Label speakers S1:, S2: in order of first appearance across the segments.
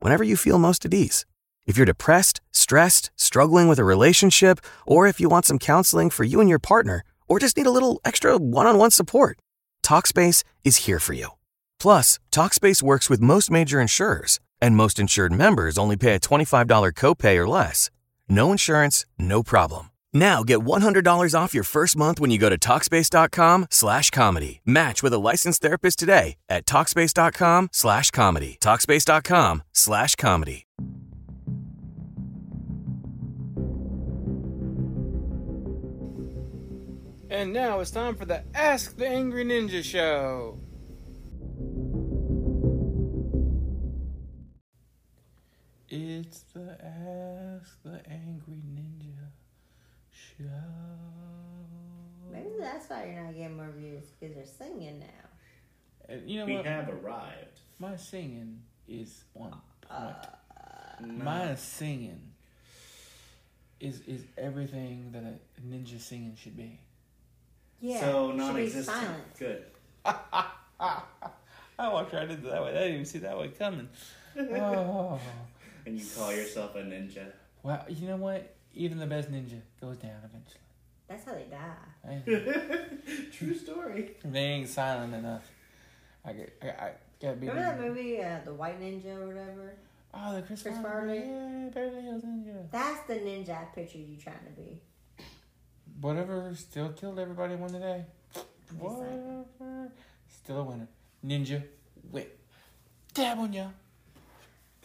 S1: whenever you feel most at ease. If you're depressed, stressed, struggling with a relationship, or if you want some counseling for you and your partner, or just need a little extra one on one support, TalkSpace is here for you. Plus, TalkSpace works with most major insurers, and most insured members only pay a $25 copay or less. No insurance, no problem. Now get $100 off your first month when you go to Talkspace.com slash comedy. Match with a licensed therapist today at Talkspace.com slash comedy. Talkspace.com slash comedy.
S2: And now it's time for the Ask the Angry Ninja Show. It's the Ask the Angry Ninja Show.
S3: Maybe that's why you're not getting more views because you're singing now.
S2: And you know
S4: We
S2: what?
S4: have arrived.
S2: My singing is on point. My singing is is everything that a ninja singing should be.
S3: Yeah.
S4: so
S3: should be
S4: non-existent.
S3: silent.
S4: Good.
S2: Oh, I walked right into that way. I didn't even see that one coming. Oh.
S4: And you call yourself a ninja?
S2: Wow, you know what? Even the best ninja goes down eventually.
S3: That's how they die.
S4: True story.
S2: They ain't silent enough. I got, I, I gotta be.
S3: Remember that
S4: Mm-hmm.
S3: movie, uh, The White Ninja or whatever?
S2: Oh, the Chris,
S3: Chris
S2: Farley.
S3: Farley?
S2: Yeah, Beverly Hills Ninja.
S3: That's the ninja I picture you trying to be.
S2: Whatever, still killed everybody one today. Whatever, still a winner. Ninja, whip, dab on ya.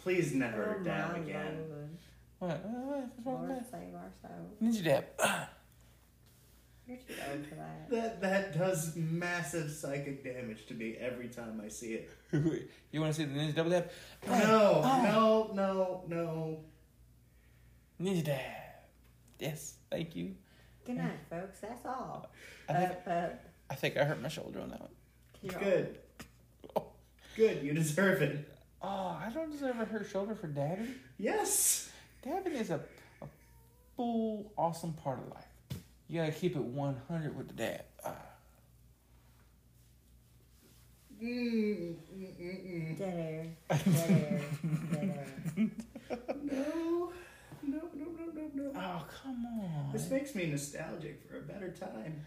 S4: Please never down
S3: Oh, my
S4: again.
S3: Lord.
S2: What? Uh, What's wrong
S3: Lord
S2: with
S3: save our soul.
S2: that? Ninja dab. Ah,
S3: You're too old for that.
S4: That that does massive psychic damage to me every time I see it.
S2: you want to see the ninja double dab?
S3: Oh.
S2: Ah,
S4: No,
S2: ah,
S4: no, no, no.
S2: Ninja dab. Yes, thank you.
S3: Good night, folks. That's all.
S2: I
S3: Up,
S2: think
S3: up. 'Cause
S2: I think I hurt my shoulder on that one.
S3: you're
S4: Good. Good, you deserve it.
S2: Oh, I don't deserve a hurt shoulder for dabbing.
S4: Yes.
S2: Dabbing is a, a full, awesome part of life. You gotta keep it 100 with the dab. Ah.
S4: Mm, mm, mm,
S3: old. Dead air. Dead air. Dead air.
S4: mm. No. No, no, no, no, no.
S2: Oh, come on.
S4: This makes me nostalgic for a better time.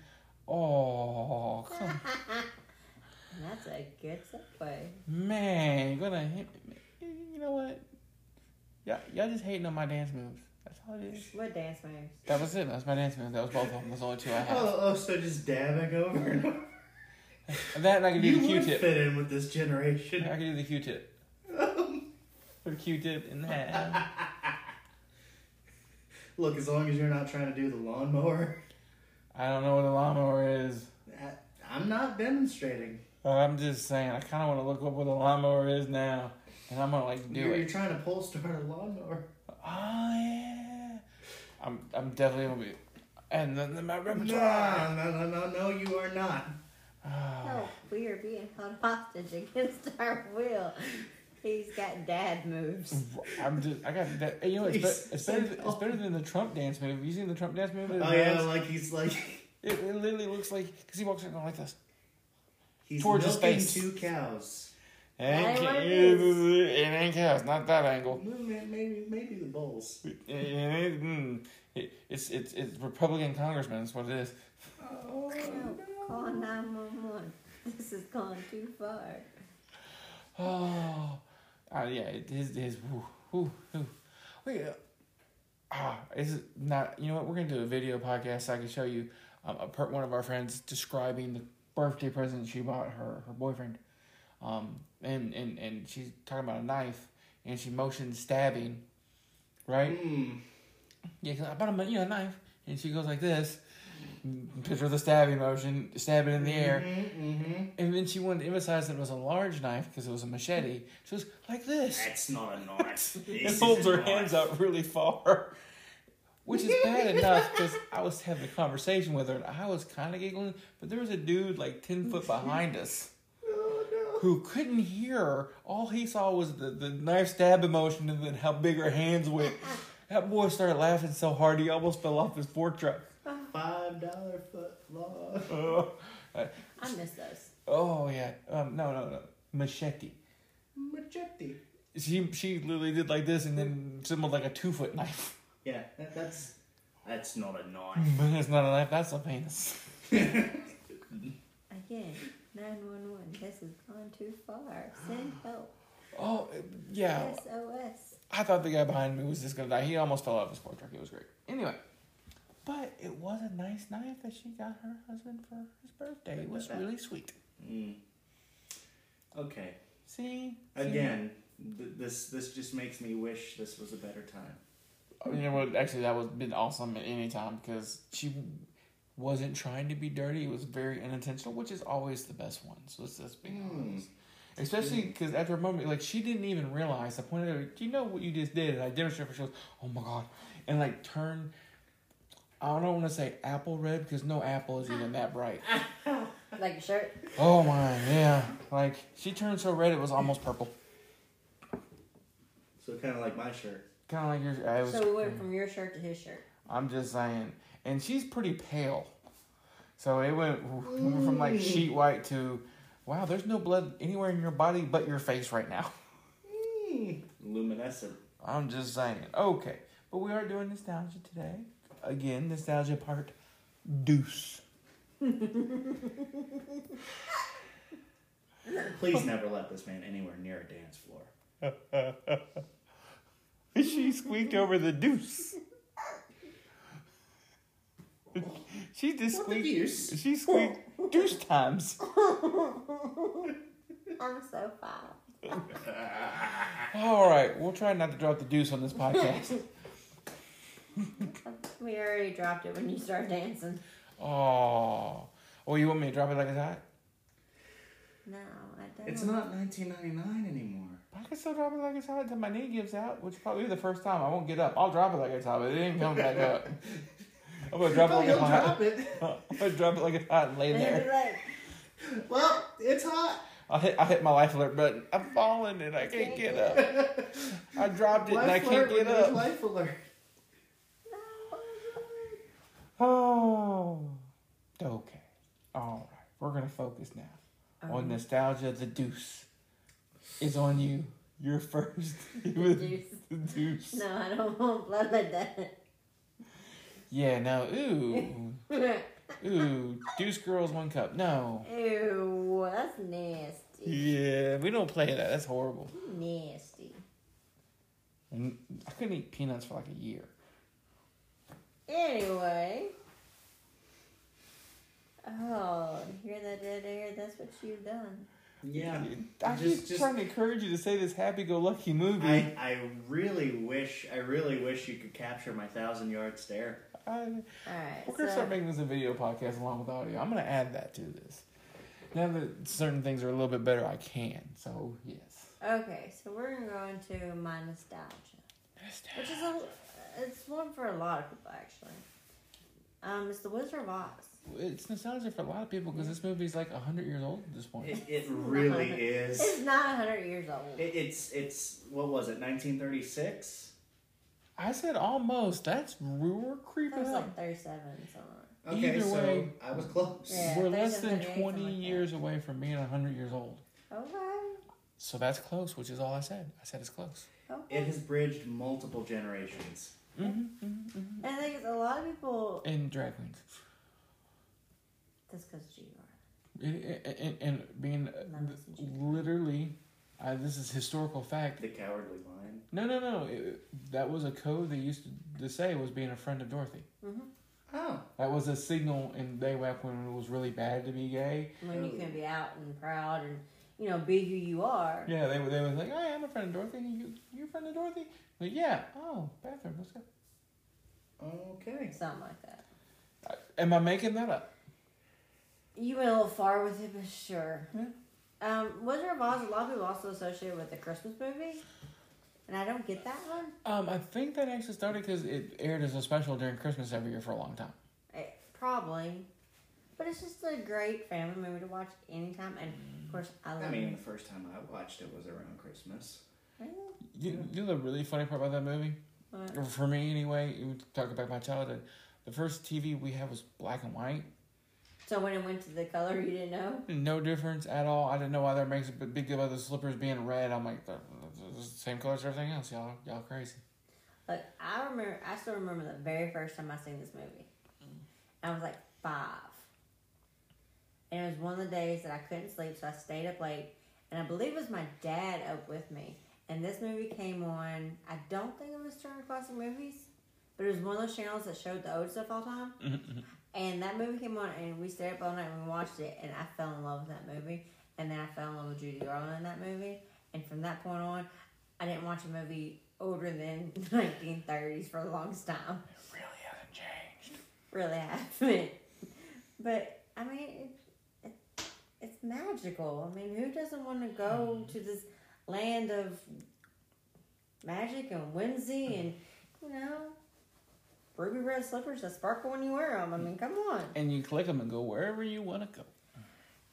S2: Oh, come
S3: And that's a good segue.
S2: Man, you're gonna hit me. You know what? Y'all, y'all just hating on my dance moves. That's all it is.
S3: What dance moves?
S2: That was it. That was my dance moves. That was both of them. That's the only two I had.
S4: Oh, oh, so just dabbing over and over.
S2: And that and I can do
S4: You
S2: the
S4: would
S2: Q-tip.
S4: fit in with
S2: I
S4: this generation. Oh,
S2: can do the Q-tip. Put a Q-tip in that.
S4: Look, as long as you're not trying to do the lawnmower,
S2: I don't know what a lawnmower is.
S4: I- I'm not demonstrating.
S2: I'm just saying, I kind of want to look up what a lawnmower is now, and I'm gonna like do
S4: You're, you're
S2: it.
S4: trying to pull start a lawnmower.
S2: Oh yeah, I'm I'm definitely gonna be, and then then my repertoire.
S4: No, no, no, no, no, you are not.
S3: Oh, we are being held hostage against our will. He's got dad moves.
S2: I'm just I got that. You know it's,
S4: Please,
S2: be, it's better
S4: send
S2: than, it's
S4: help.
S2: better than the Trump dance move. Have you seen the Trump dance move?
S4: Oh yeah, like he's like
S2: it, it literally looks like because he walks in like this.
S4: he's
S2: Towards his
S4: milking
S2: face.
S4: two cows.
S2: And
S3: Hey, what
S2: it
S3: is-
S2: ain't cows, not that angle.
S4: Well, may- Maybe, maybe the bulls.
S2: It- it- mm, it- it's it's it's Republican congressman. That's what it is.
S4: Oh,
S3: No, call 911. This has gone too far.
S2: Oh, uh, yeah, it is. It is woo, woo, woo. Wait, uh, ah, is it not? You know what? We're gonna do a video podcast. So I can show you um, a per, one of our friends describing the birthday present she bought her her boyfriend. Um, and and and she's talking about a knife, and she motions stabbing, right?
S4: Mm.
S2: Hmm. Yeah, 'cause I bought him, a, you know, a knife, and she goes like this, picture the stabbing motion, stab it in the air.
S4: Mm-hmm.
S2: And then she wanted to emphasize that it was a large knife because it was a machete. She was like this.
S4: That's not a knife.
S2: and
S4: This
S2: holds
S4: is a
S2: her
S4: knife.
S2: hands out really far. Which is bad enough because I was having a conversation with her and I was kind of giggling, but there was a dude like 10 foot behind us
S4: Oh no.
S2: who couldn't hear her. All he saw was the, the knife stab emotion and then how big her hands went. That boy started laughing so hard he almost fell off his fork truck.
S4: Five dollar foot long.
S2: Oh,
S3: I miss those.
S2: oh yeah. Um, no, no, no. Machete.
S4: Machete.
S2: She, she literally did like this and then similar like a two foot knife.
S4: Yeah, that, that's that's not a knife.
S2: But it's not a knife, that's a penis.
S3: Again, 911. This has gone too far. Send help.
S2: Oh, yeah.
S3: SOS.
S2: I thought the guy behind me was just gonna die. He almost fell out of his fork truck. It was great. Anyway, but it was a nice knife that she got her husband for his birthday. It was really sweet.
S4: Mm. Okay.
S2: Hmm. See?
S4: Again, th- this this just makes me wish this was a better time.
S2: You know what? Actually, that would been awesome at any time because she wasn't trying to be dirty. It was very unintentional, which is always the best one. So let's just be honest. Especially because after a moment, like she didn't even realize. I pointed out, "Do you know what you just did?" And I demonstrated. for her. She goes, "Oh my god!" And like turn. I don't want to say apple red because no apple is even that bright.
S3: Like a shirt.
S2: Oh my, yeah. Like she turned so red it was almost purple.
S4: So kind of like my shirt.
S2: Kind of like your. I was,
S3: So we went from your shirt to his shirt.
S2: I'm just saying, and she's pretty pale, so it went we went from like sheet white to, wow. There's no blood anywhere in your body but your face right now.
S4: Mm. Luminescent.
S2: I'm just saying. Okay, but we are doing nostalgia today. Again, nostalgia part, deuce.
S4: Please never let this man anywhere near a dance floor.
S2: She squeaked over the deuce. She just
S4: What the
S2: squeaked.
S4: deuce?
S2: She squeaked deuce times.
S3: I'm so foul.
S2: All right, we'll try not to drop the deuce on this podcast.
S3: We already dropped it when you started dancing.
S2: oh, oh, you want me to drop it like it's hot?
S3: No, I don't.
S4: It's not 1999 anymore.
S2: I can still drop it like it's hot until my knee gives out, which probably be the first time I won't get up. I'll drop it like it's hot, but it ain't coming back up. I'm gonna drop it
S4: Oh,
S2: like
S4: you'll
S2: it's hot.
S4: drop it.
S2: I'm gonna drop it like it's hot and lay
S3: They're
S2: there.
S3: like,
S4: Well, it's hot.
S2: I hit, I hit my life alert button. I'm falling and I can't get up. I dropped it and I
S4: Life
S2: can't
S4: alert when
S2: get
S4: there's
S2: up.
S4: life alert.
S2: Oh, okay. All right, we're gonna focus now on
S3: Um.
S2: nostalgia. The deuce is on you. You're first.
S3: The deuce.
S2: The deuce.
S3: no, I don't want blood like that.
S2: Yeah. No. Ooh. Ooh. Deuce girls one cup. No.
S3: Ew, that's nasty.
S2: Yeah. We don't play that. That's horrible.
S3: Nasty.
S2: And I couldn't eat peanuts for like a year.
S3: Anyway. Oh, you hear that dead air? That's what you've done.
S4: Yeah.
S2: I'm
S4: Just-
S2: just,
S4: just-
S2: trying to encourage you to say this happy-go-lucky movie.
S4: I, I really wish I really wish you could capture my thousand yard stare.
S2: I-
S3: Alright.
S2: We're gonna
S3: so-
S2: start making this a video podcast along with audio. I'm gonna add that to this. Now that certain things are a little bit better, I can. So yes.
S3: okay, so we're gonna go into my nostalgia. Which is a it's one for a lot of people actually. Um, it's the Wizard of Oz.
S2: It's nostalgia for a lot of people because this movie's like hundred years old at this point.
S4: It, it really
S3: It's
S4: is.
S3: not hundred years old.
S4: It, it's it's what was it? 1936.
S2: I said almost. That's we we're
S3: That
S2: creeping
S3: was
S2: up.
S3: like thirty-seven somewhere.
S4: Okay,
S2: Either
S4: so
S2: way-
S4: I was close.
S3: Yeah.
S2: we're less than
S3: 37,
S2: twenty
S3: something like
S2: years away from being hundred years old.
S3: Okay.
S2: So that's close, which is all I said. I said it's close.
S4: It
S3: Okay.
S4: has bridged multiple generations.
S3: And I think it's a lot of people.
S2: And drag queens.
S3: That's because you are.
S2: It, it, and, and being uh, literally, I, this is historical fact.
S4: The Cowardly Lion.
S2: No, no, no. It, that was a code they used to, to say was being a friend of Dorothy.
S4: Oh,
S2: That was a signal in day back when it was really bad to be gay.
S3: When you can be out and proud and you know be who you are.
S2: Yeah, they were. They was like, "Hey, I'm a friend of Dorothy. You, you a friend of Dorothy?" Like, yeah. Oh, bathroom. Let's go.
S4: okay.
S3: Something like that.
S2: Am I making that up?
S3: You went a little far with it, but sure.
S2: Yeah.
S3: Um, Wizard of Oz, a lot of people also associate with the Christmas movie, and I don't get that one.
S2: Um, I think that actually started because it aired as a special during Christmas every year for a long time.
S3: Eh, probably, but it's just a great family movie to watch anytime. And of course, I love
S4: I mean, the
S3: it.
S4: first time I watched it was around Christmas.
S2: You, you know the really funny part about that movie?
S3: What?
S2: Or For me, anyway, you talk about my childhood. The first TV we had was black and white.
S3: So when it went to the color, you didn't know.
S2: No difference at all. I didn't know why that makes a big deal about the slippers being red. I'm like, the, the, the same color as everything else. Y'all, y'all crazy.
S3: Like I remember, I still remember the very first time I seen this movie. I was like five, and it was one of the days that I couldn't sleep, so I stayed up late. And I believe it was my dad up with me. And this movie came on. I don't think it was Turner Classic Movies, but it was one of those channels that showed the old stuff all the time. And that movie came on, and we stayed up all night and we watched it, and I fell in love with that movie. And then I fell in love with Judy Garland in that movie. And from that point on, I didn't watch a movie older than the 1930s for the longest time.
S2: Really hasn't changed.
S3: Really haven't. But, I mean, it, it, it's magical. I mean, who doesn't want to go to this land of magic and whimsy and, you know, ruby red slippers that sparkle when you wear them? I mean, come on.
S2: And you click them and go wherever you want to go.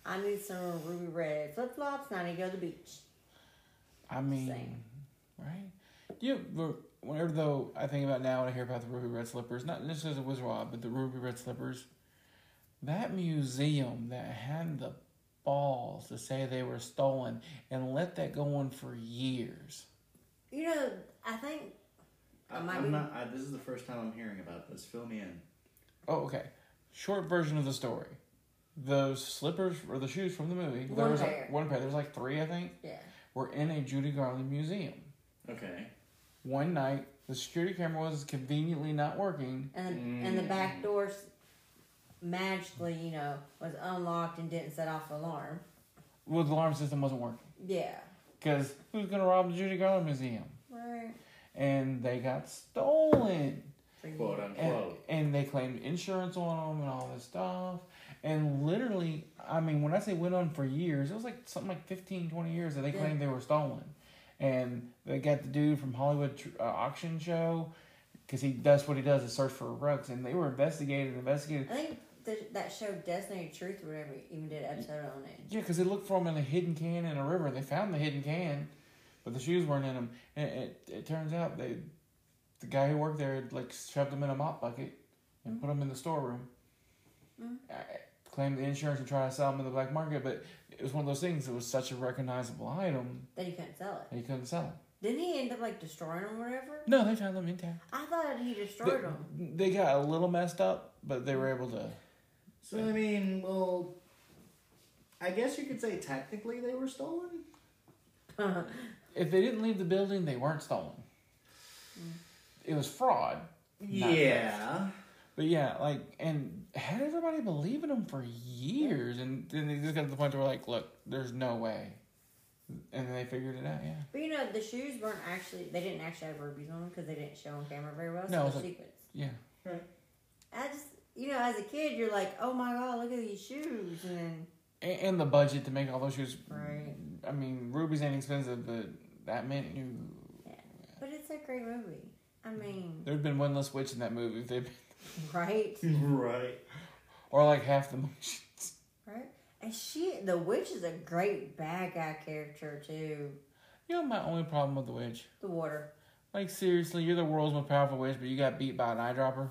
S3: I need some ruby red flip flops, and I need to go to the beach.
S2: I mean,
S3: Same.
S2: right? Do you whenever though I think about now when I hear about the ruby red slippers, not necessarily the Wizard of Oz, but the ruby red slippers, that museum that had the balls to say they were stolen and let that go on for years.
S3: You know, I think
S4: I,
S3: Am I
S4: I'm
S3: being-
S4: not. I, this is the first time I'm hearing about this. Fill me in.
S2: Oh, okay. Short version of the story: those slippers or the shoes from the movie. There
S3: One
S2: was
S3: pair.
S2: Like one pair. There's like three, I think.
S3: yeah.
S2: Were in a Judy Garland museum.
S4: Okay.
S2: One night, the security camera was conveniently not working,
S3: and and the back door s- magically, you know, was unlocked and didn't set off the alarm.
S2: well, the alarm system wasn't working.
S3: Yeah.
S2: Because who's going to rob the Judy Garland Museum?
S3: Right.
S2: And they got stolen.
S4: Quote
S2: And,
S4: unquote.
S2: and they claimed insurance on them and all this stuff. And literally, I mean, when I say went on for years, it was like something like 15, 20 years that they
S3: Yeah.
S2: claimed they were stolen. And they got the dude from Hollywood tr- uh, Auction Show because he does what he does is search for rugs. And they were investigated and investigated.
S3: I think th- that show Designated Truth or whatever even did an episode on it.
S2: Yeah, because they looked for them in a hidden can in a river. They found the hidden can, but the shoes weren't in them. And it, it turns out they, the guy who worked there had, like shoved them in a mop bucket and put them in the storeroom. Mm-hmm. I claimed the insurance and tried to sell them in the black market, but it was one of those things. It was such a recognizable item
S3: That he couldn't sell it.
S2: that you couldn't sell them.
S3: Didn't he end up like destroying them or whatever?
S2: No, they found them intact.
S3: I thought he destroyed them.
S2: They, they got a little messed up, but they were able to.
S4: So I mean, well, I guess you could say technically they were stolen.
S2: If they didn't leave the building, they weren't stolen. Mm. It was fraud. Not
S4: Yeah.
S2: But yeah, like, and had everybody believing them for years, and then they just got to the point where like, look, there's no way, and they figured it out. Yeah,
S3: But you know, the shoes weren't actually, they didn't actually have rubies on them because they didn't show on camera very well. So
S2: No,
S3: no,
S2: it's like-
S3: secrets.
S2: yeah.
S4: Right.
S3: I just, you know, as a kid, you're like, oh my god, look at these shoes. And then,
S2: And, and the budget to make all those shoes.
S3: Right.
S2: I mean, rubies ain't expensive, but that meant you.
S3: but it's a great movie. I mean,
S2: There'd been one less witch in that movie, if they,
S3: right?
S4: Right.
S2: or like half the motion.
S3: Right? And she, the witch is a great bad guy character too.
S2: You know, my only problem with the witch,
S3: The water.
S2: like seriously, you're the world's most powerful witch, but you got beat by an eyedropper.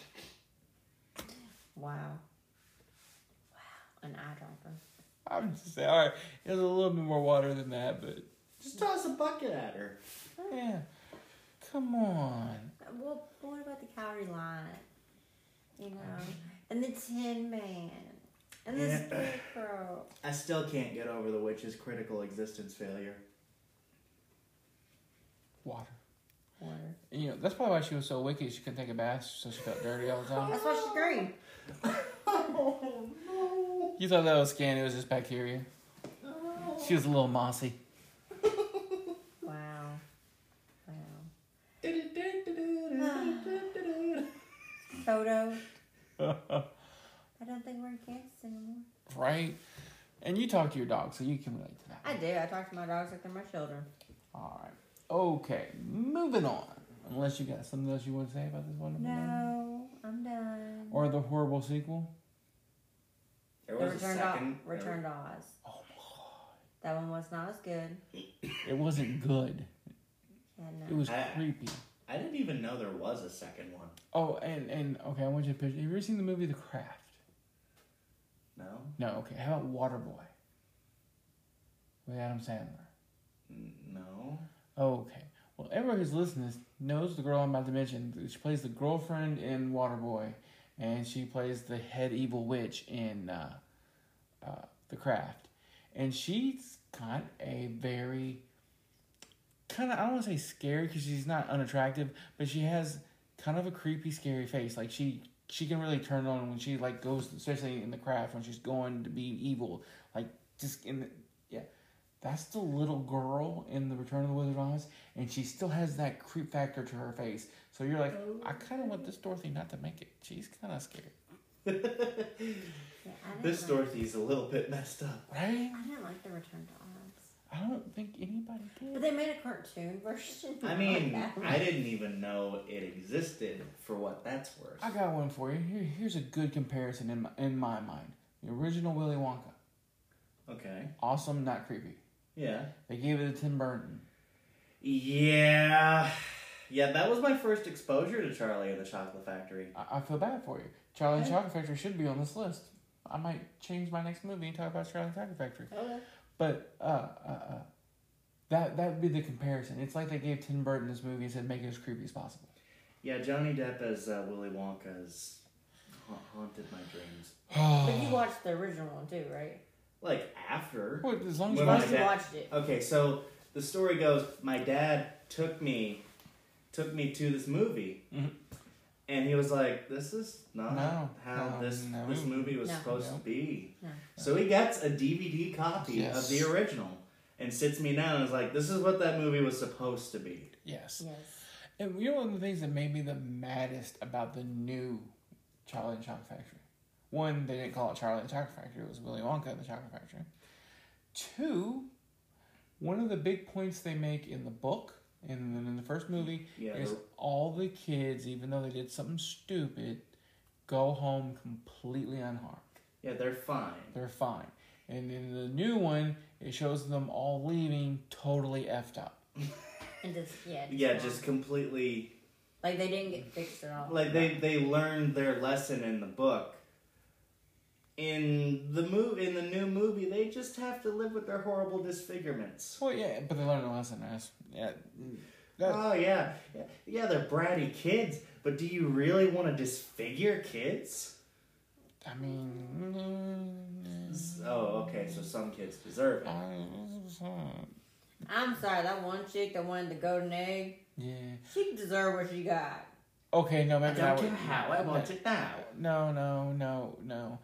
S3: Wow. Wow. An eyedropper.
S2: I'm just saying, all right, it was a little bit more water than that, but
S4: Just toss a bucket at her.
S2: yeah, come on.
S3: Uh, Well, what about the Cowrie Lion? You know, and the Tin Man, and the
S4: Yeah.
S3: Scarecrow.
S4: I still can't get over the witch's critical existence failure.
S2: Water.
S3: Water.
S2: You know, that's probably why she was so wicked. She couldn't take a bath, so she felt dirty all the time.
S3: That's why she's green.
S4: Oh no.
S2: You thought that was skin, it was just bacteria. She was a little mossy.
S3: Wow. Wow.
S4: Du-du-du-du-du-du-du-du-du.
S3: Toto.
S2: oh, right? And you talk to your dog, so you can relate to that.
S3: I do. I talk to my dogs like they're my children.
S2: All right. Okay, moving on. Unless you got something else you want to say about this wonderful movie?
S3: No, I'm done.
S2: Or the horrible sequel?
S4: There
S3: The
S4: was a
S3: Return to,
S4: second.
S3: Return to Oz.
S2: Oh
S3: That one was not as good.
S2: It wasn't good.
S3: And, uh,
S2: It was
S4: Ah.
S2: creepy.
S4: I didn't even know there was a second one.
S2: Oh, and, and okay, I want you to picture. Have you ever seen the movie The Craft?
S4: No.
S2: No, okay. How about Waterboy? With Adam Sandler.
S4: N- No.
S2: Okay. Well, everyone who's listening to this knows the girl I'm about to mention. She plays the girlfriend in Waterboy, and she plays the head evil witch in uh, uh, The Craft. And she's got a very kind of I don't want to say scary because she's not unattractive, but she has kind of a creepy, scary face. Like she she can really turn on when she like goes, especially in the craft when she's going to be evil. Like just in the, yeah, that's the little girl in the Return of the Wizard of Oz, and she still has that creep factor to her face. So you're like, I kind of want this Dorothy not to make it. She's kind of scary,
S3: yeah, I didn't
S4: This
S3: like-
S4: Dorothy's a little bit messed up.
S2: right?
S3: I didn't like the Return to Oz.
S2: I don't think anybody
S3: But
S2: did.
S3: they made a cartoon version.
S4: I mean,
S3: Like that.
S4: I didn't even know it existed for what that's worth.
S2: I got one for you. Here, here's a good comparison in my, in my mind. The original Willy Wonka,
S4: Okay.
S2: awesome, not creepy.
S4: Yeah.
S2: They gave it to Tim Burton.
S4: Yeah. Yeah, that was my first exposure to Charlie and the Chocolate Factory.
S2: I, I feel bad for you. Charlie and
S4: Hey.
S2: the Chocolate Factory should be on this list. I might change my next movie and talk about Charlie and the Chocolate Factory.
S3: Okay.
S2: But uh, uh, uh, that that would be the comparison. It's like they gave Tim Burton this movie and said, make it as creepy as possible.
S4: Yeah, Johnny Depp as uh, Willy Wonka has ha- haunted my dreams.
S3: But you watched the original one too, right?
S4: Like, after.
S2: Well, as long as
S4: When
S2: you
S4: I
S2: watch it.
S3: Once
S4: was Uh,
S3: you
S4: dad-
S3: watched it.
S4: Okay, so the story goes: my dad took me, took me to this movie,
S2: Mhm.
S4: and he was like, "This is not
S2: No,
S4: how
S2: no,
S4: this
S2: no.
S4: this movie was
S3: No.
S4: supposed
S2: No.
S4: to be."
S3: No.
S4: So he gets a DVD copy
S2: Yes.
S4: of the original and sits me down and is like, "This is what that movie was supposed to be."
S2: Yes.
S3: Yes.
S2: And you know one of the things that made me the maddest about the new Charlie and the Chocolate Factory? One, they didn't call it Charlie and the Chocolate Factory, it was Willy Wonka and the Chocolate Factory. Two, one of the big points they make in the book and then in the first movie
S4: Yeah,
S2: is
S4: the-
S2: all the kids, even though they did something stupid, go home completely unharmed.
S4: Yeah, they're fine.
S2: They're fine. And in the new one, it shows them all leaving totally effed up.
S3: And just yeah.
S4: Yeah,
S3: not-
S4: just completely
S3: like they didn't get fixed at all.
S4: like they they learned their lesson in the book. In the move in the new movie, they just have to live with their horrible disfigurements.
S2: Well, yeah, but they learned a lesson. That's, yeah, that,
S4: Oh yeah, yeah, yeah. They're bratty kids, but do you really want to disfigure kids?
S2: I mean,
S4: Oh, okay. So some kids deserve it.
S3: I'm sorry, that one chick that wanted the golden egg,
S2: yeah.
S3: she deserved what she got.
S2: Okay, no,
S4: I
S2: maybe
S4: don't
S2: would-
S4: care how I want it now.
S2: No, no, no, no,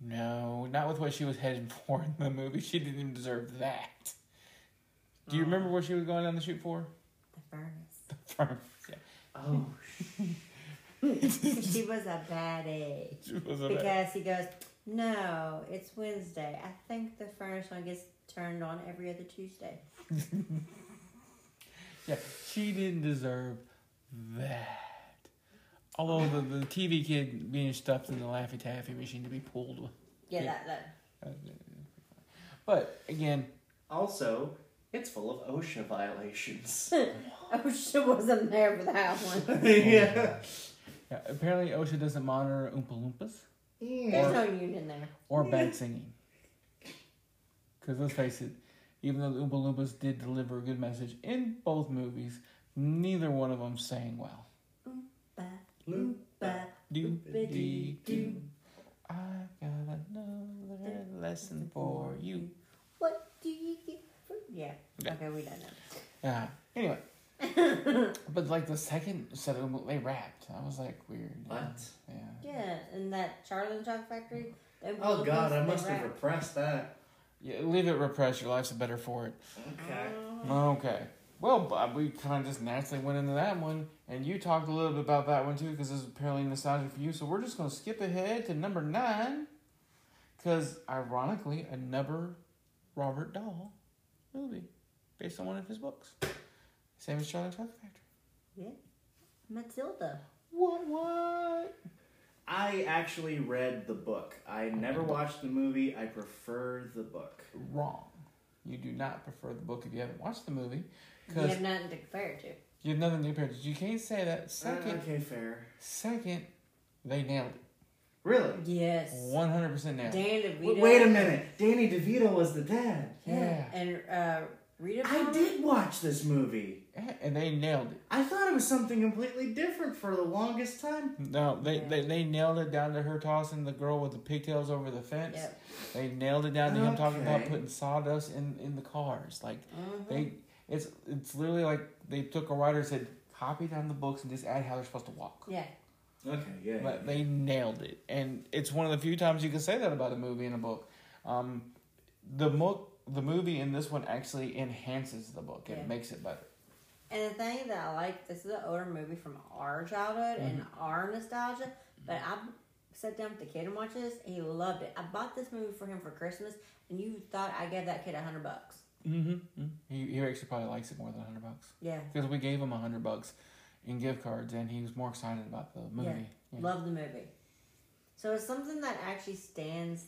S2: no. Not with what she was headed for in the movie. She didn't even deserve that. Do
S4: Mm.
S2: you remember what she was going down the chute for?
S3: The furnace.
S2: yeah,
S4: Oh,
S3: she was a bad egg.
S2: she was a bad-
S3: Because he goes, No, it's Wednesday. I think the furnace one gets turned on every other Tuesday.
S2: Yeah, she didn't deserve that. Although the, the TV kid being stuffed in the Laffy Taffy machine to be pulled with.
S3: Yeah,
S2: Yeah.
S3: that that
S2: But again,
S4: also, it's full of OSHA violations.
S3: Oh she wasn't there for that one.
S4: Oh, yeah.
S2: yeah, apparently OSHA doesn't monitor Oompa Loompas
S3: There's no union there.
S2: or bad singing. Because let's face it, even though the Oompa Loompas did deliver a good message in both movies, neither one of them sang well.
S3: Ba, ba.
S2: Do,
S3: Dee,
S2: dee, do.
S3: doo.
S2: I've got another lesson for you.
S3: What do you get for Yeah. Okay, we done that.
S2: Uh, anyway. but like the second set of them, they rapped. I was like weird.
S4: What?
S2: Yeah.
S3: Yeah, and that Charlie and the Chocolate Factory. they
S4: Oh
S3: both
S4: God, I
S3: they
S4: must have
S3: rap.
S4: repressed that.
S2: yeah. Leave it repressed. Your life's better for it.
S4: Okay.
S2: Okay. Well, Bob, we kind of just naturally went into that one, and you talked a little bit about that one too, because it's apparently nostalgic for you. So we're just gonna skip ahead to number nine, Because, ironically, another Robert Dahl movie based on one of his books. Same as Charlie Chocolate Factory.
S3: Yeah. Matilda.
S2: What? What?
S4: I actually read the book. I never watched the movie. I prefer the book.
S2: Wrong. You do not prefer the book if you haven't watched the movie.
S3: You
S2: Because
S3: have nothing to compare it to.
S2: you have nothing to compare it to. You can't say that.
S4: Uh,
S2: Second,
S4: okay, fair.
S2: second, they nailed it.
S4: Really?
S3: Yes.
S2: 100% nailed it.
S3: Dan DeVito.
S4: Wait, wait a minute. Danny DeVito was the dad.
S3: Yeah.
S2: Yeah.
S3: And uh, Rita.
S4: I
S3: Palmer?
S4: did watch this movie.
S2: And they nailed it.
S4: I thought it was something completely different for the longest time.
S2: No, they, they they nailed it down to her tossing the girl with the pigtails over the fence.
S3: Yep.
S2: They nailed it down to him talking about
S4: Okay.
S2: putting sawdust in, in the cars. Like
S3: Mm-hmm.
S2: they it's it's literally like they took a writer and said, copy down the books and just add how they're supposed to walk.
S3: Yeah.
S4: Okay, yeah.
S2: But they nailed it. And it's one of the few times you can say that about a movie and a book. Um, the mo- the movie in this one actually enhances the book. It
S3: Yeah.
S2: makes it better.
S3: And the thing that I like, this is an older movie from our childhood and our nostalgia, but I sat down with the kid and watched this, and he loved it. I bought this movie for him for Christmas, and you thought I gave that kid a hundred bucks.
S2: Mm-hmm. He, he actually probably likes it more than 100 bucks.
S3: Yeah.
S2: Because we gave him a hundred bucks in gift cards, and he was more excited about the movie.
S3: Yeah.
S2: Yeah,
S3: Love the movie. So it's something that actually stands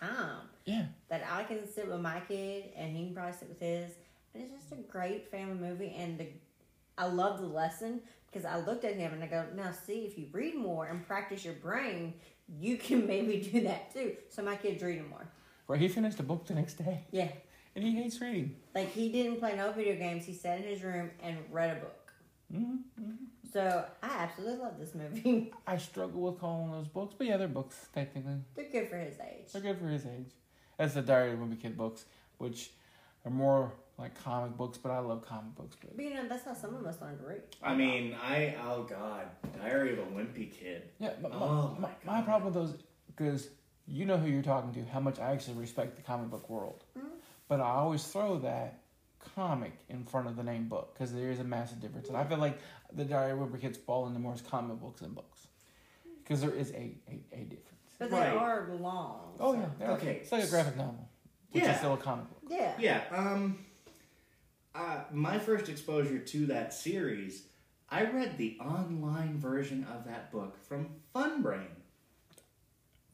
S3: time
S2: yeah.
S3: that I can sit with my kid and he can probably sit with his. And it's just a great family movie. And the, I love the lesson because I looked at him and I go, now see, if you read more and practice your brain, you can maybe do that too. So my kid's reading more.
S2: Right, he finished the book the next day,
S3: Yeah.
S2: and he hates reading.
S3: Like he didn't play no video games. He sat in his room and read a book. So I absolutely love this movie.
S2: I struggle with calling those books, but yeah, they're books technically.
S3: They're good for his age.
S2: They're good for his age. That's the Diary of a Wimpy Kid books, which are more like comic books, but I love comic books. But
S3: But you know, that's how some of us learn to read.
S4: I mean, I oh god, Diary of a Wimpy Kid.
S2: yeah, but my,
S4: Oh,
S2: my,
S4: my
S2: my problem with those because you know who you're talking to, how much I actually respect the comic book world, but I always throw that comic in front of the name book because there is a massive difference, and I feel like the Diary of a Wimpy Kids fall into more as comic books than books because there is a a, a difference.
S3: But they
S4: Right.
S3: are long.
S2: Oh
S3: so-
S2: yeah, they're-
S4: Okay.
S2: It's like a graphic novel, which
S4: Yeah.
S2: is still a comic book.
S3: Yeah.
S4: Yeah. Um. Uh, my first exposure to that series, I read the online version of that book from Funbrain.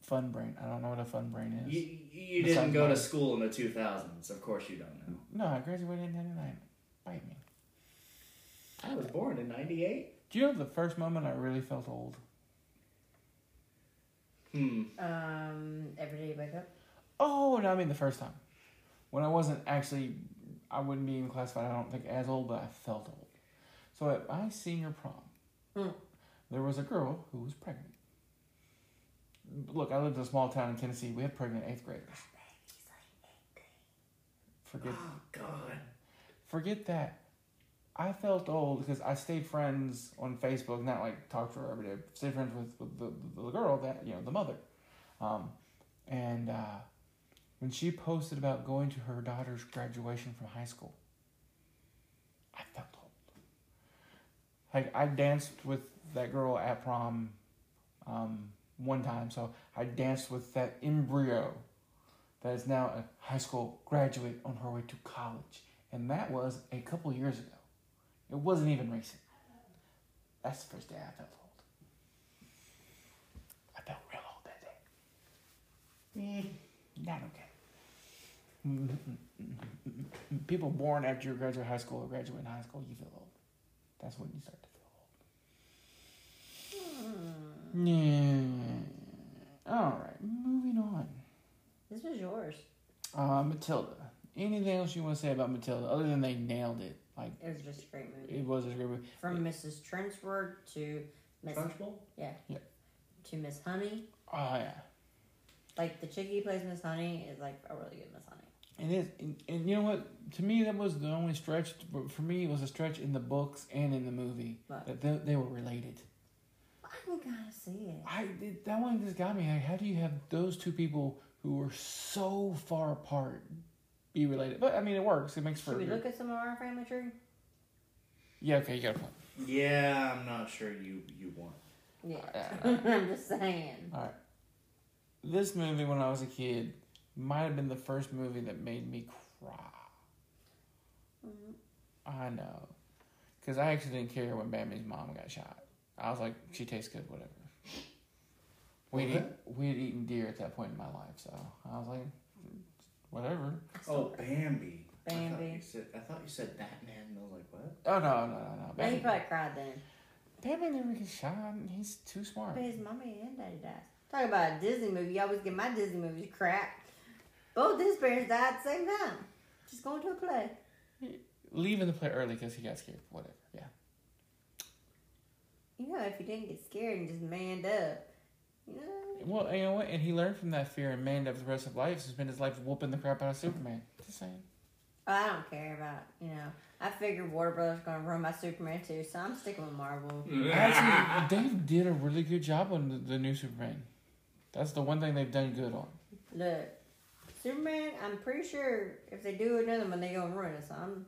S2: Fun brain. I don't know what a fun brain is.
S4: You, you
S2: That
S4: didn't
S2: sounds
S4: go to
S2: nice.
S4: school in the 2000s, of course you don't know.
S2: No, I graduated in '99. Bite me.
S4: I was born in 98.
S2: Do you know the first moment I really felt old?
S4: Hmm.
S3: Um, every day you wake up.
S2: Oh, no, I mean the first time. When I wasn't actually, I wouldn't be even classified, I don't think, as old, but I felt old. So at my senior prom,
S3: Mm.
S2: there was a girl who was pregnant. Look, I lived in a small town in Tennessee. We had pregnant eighth graders. Forget,
S4: Oh god.
S2: forget that. I felt old because I stayed friends on Facebook, not like talked to her every day. Stayed friends with, with the, the girl that you know, the mother, um, and uh, when she posted about going to her daughter's graduation from high school, I felt old. Like I danced with that girl at prom um, one time, so I danced with that embryo that is now a high school graduate on her way to college, and that was a couple years ago. It wasn't even recent. That's the first day I felt old. I felt real old that day.
S4: Eh.
S2: Not okay. People born after you graduate high school or graduate high school, you feel old. That's when you start to feel old. Yeah. All right, moving on.
S3: This was yours.
S2: Uh, Matilda. Anything else you want to say about Matilda other than they nailed it? Like
S3: It was just a great movie.
S2: it was a great movie.
S3: From Mrs. Trenchward to Miss
S4: Punchbowl?
S3: yeah.
S2: Yeah.
S3: to Miss Honey.
S2: Oh yeah.
S3: Like the chickie who plays Miss Honey is like a really good Miss Honey.
S2: And it and, and you know what? To me, that was the only stretch. but For me, it was a stretch in the books and in the movie
S3: Right.
S2: that they, they were related.
S3: I can kind of see it.
S2: I it- that one just got me. Like, how do you have those two people who were so far apart be related? But I mean, it works. It makes for
S3: Should we look at some of our family tree?
S2: yeah. Okay, you got a point.
S4: Yeah, I'm not sure you you want.
S3: Yeah, I'm just saying.
S2: All right. this movie when I was a kid might have been the first movie that made me cry. I know. Because I actually didn't care when Bambi's mom got shot. I was like, she tastes good, whatever. We'd,
S4: Okay.
S2: eat, we'd eaten deer at that point in my life, so I was like, whatever.
S4: Oh, Bambi. I thought,
S3: Bambi.
S4: you said, I thought you said Batman, and I was like, what?
S2: Oh, no, no, no, no.
S3: Now he
S2: Bambi,
S3: probably cried then.
S2: Bambi never gets shot, and he's too smart.
S3: But his mommy and daddy died. Talk about a Disney movie. You always get my Disney movies crap. Both his parents died at the same time. Just going to a play.
S2: Leaving the play early because he got scared, whatever. Yeah.
S3: You know, if you didn't get scared and just manned up, you know,
S2: Well, you know what? And he learned from that fear and manned up the rest of life. So he spent his life whooping the crap out of Superman. Just saying.
S3: oh, I don't care about, you know. I figured Warner Brothers going to run my Superman too, so I'm sticking with Marvel.
S4: Mm.
S2: Actually, they did a really good job on the, the new Superman. That's the one thing they've done good on.
S3: Look, Superman, I'm pretty sure if they do another one, they're going to ruin it, so I'm,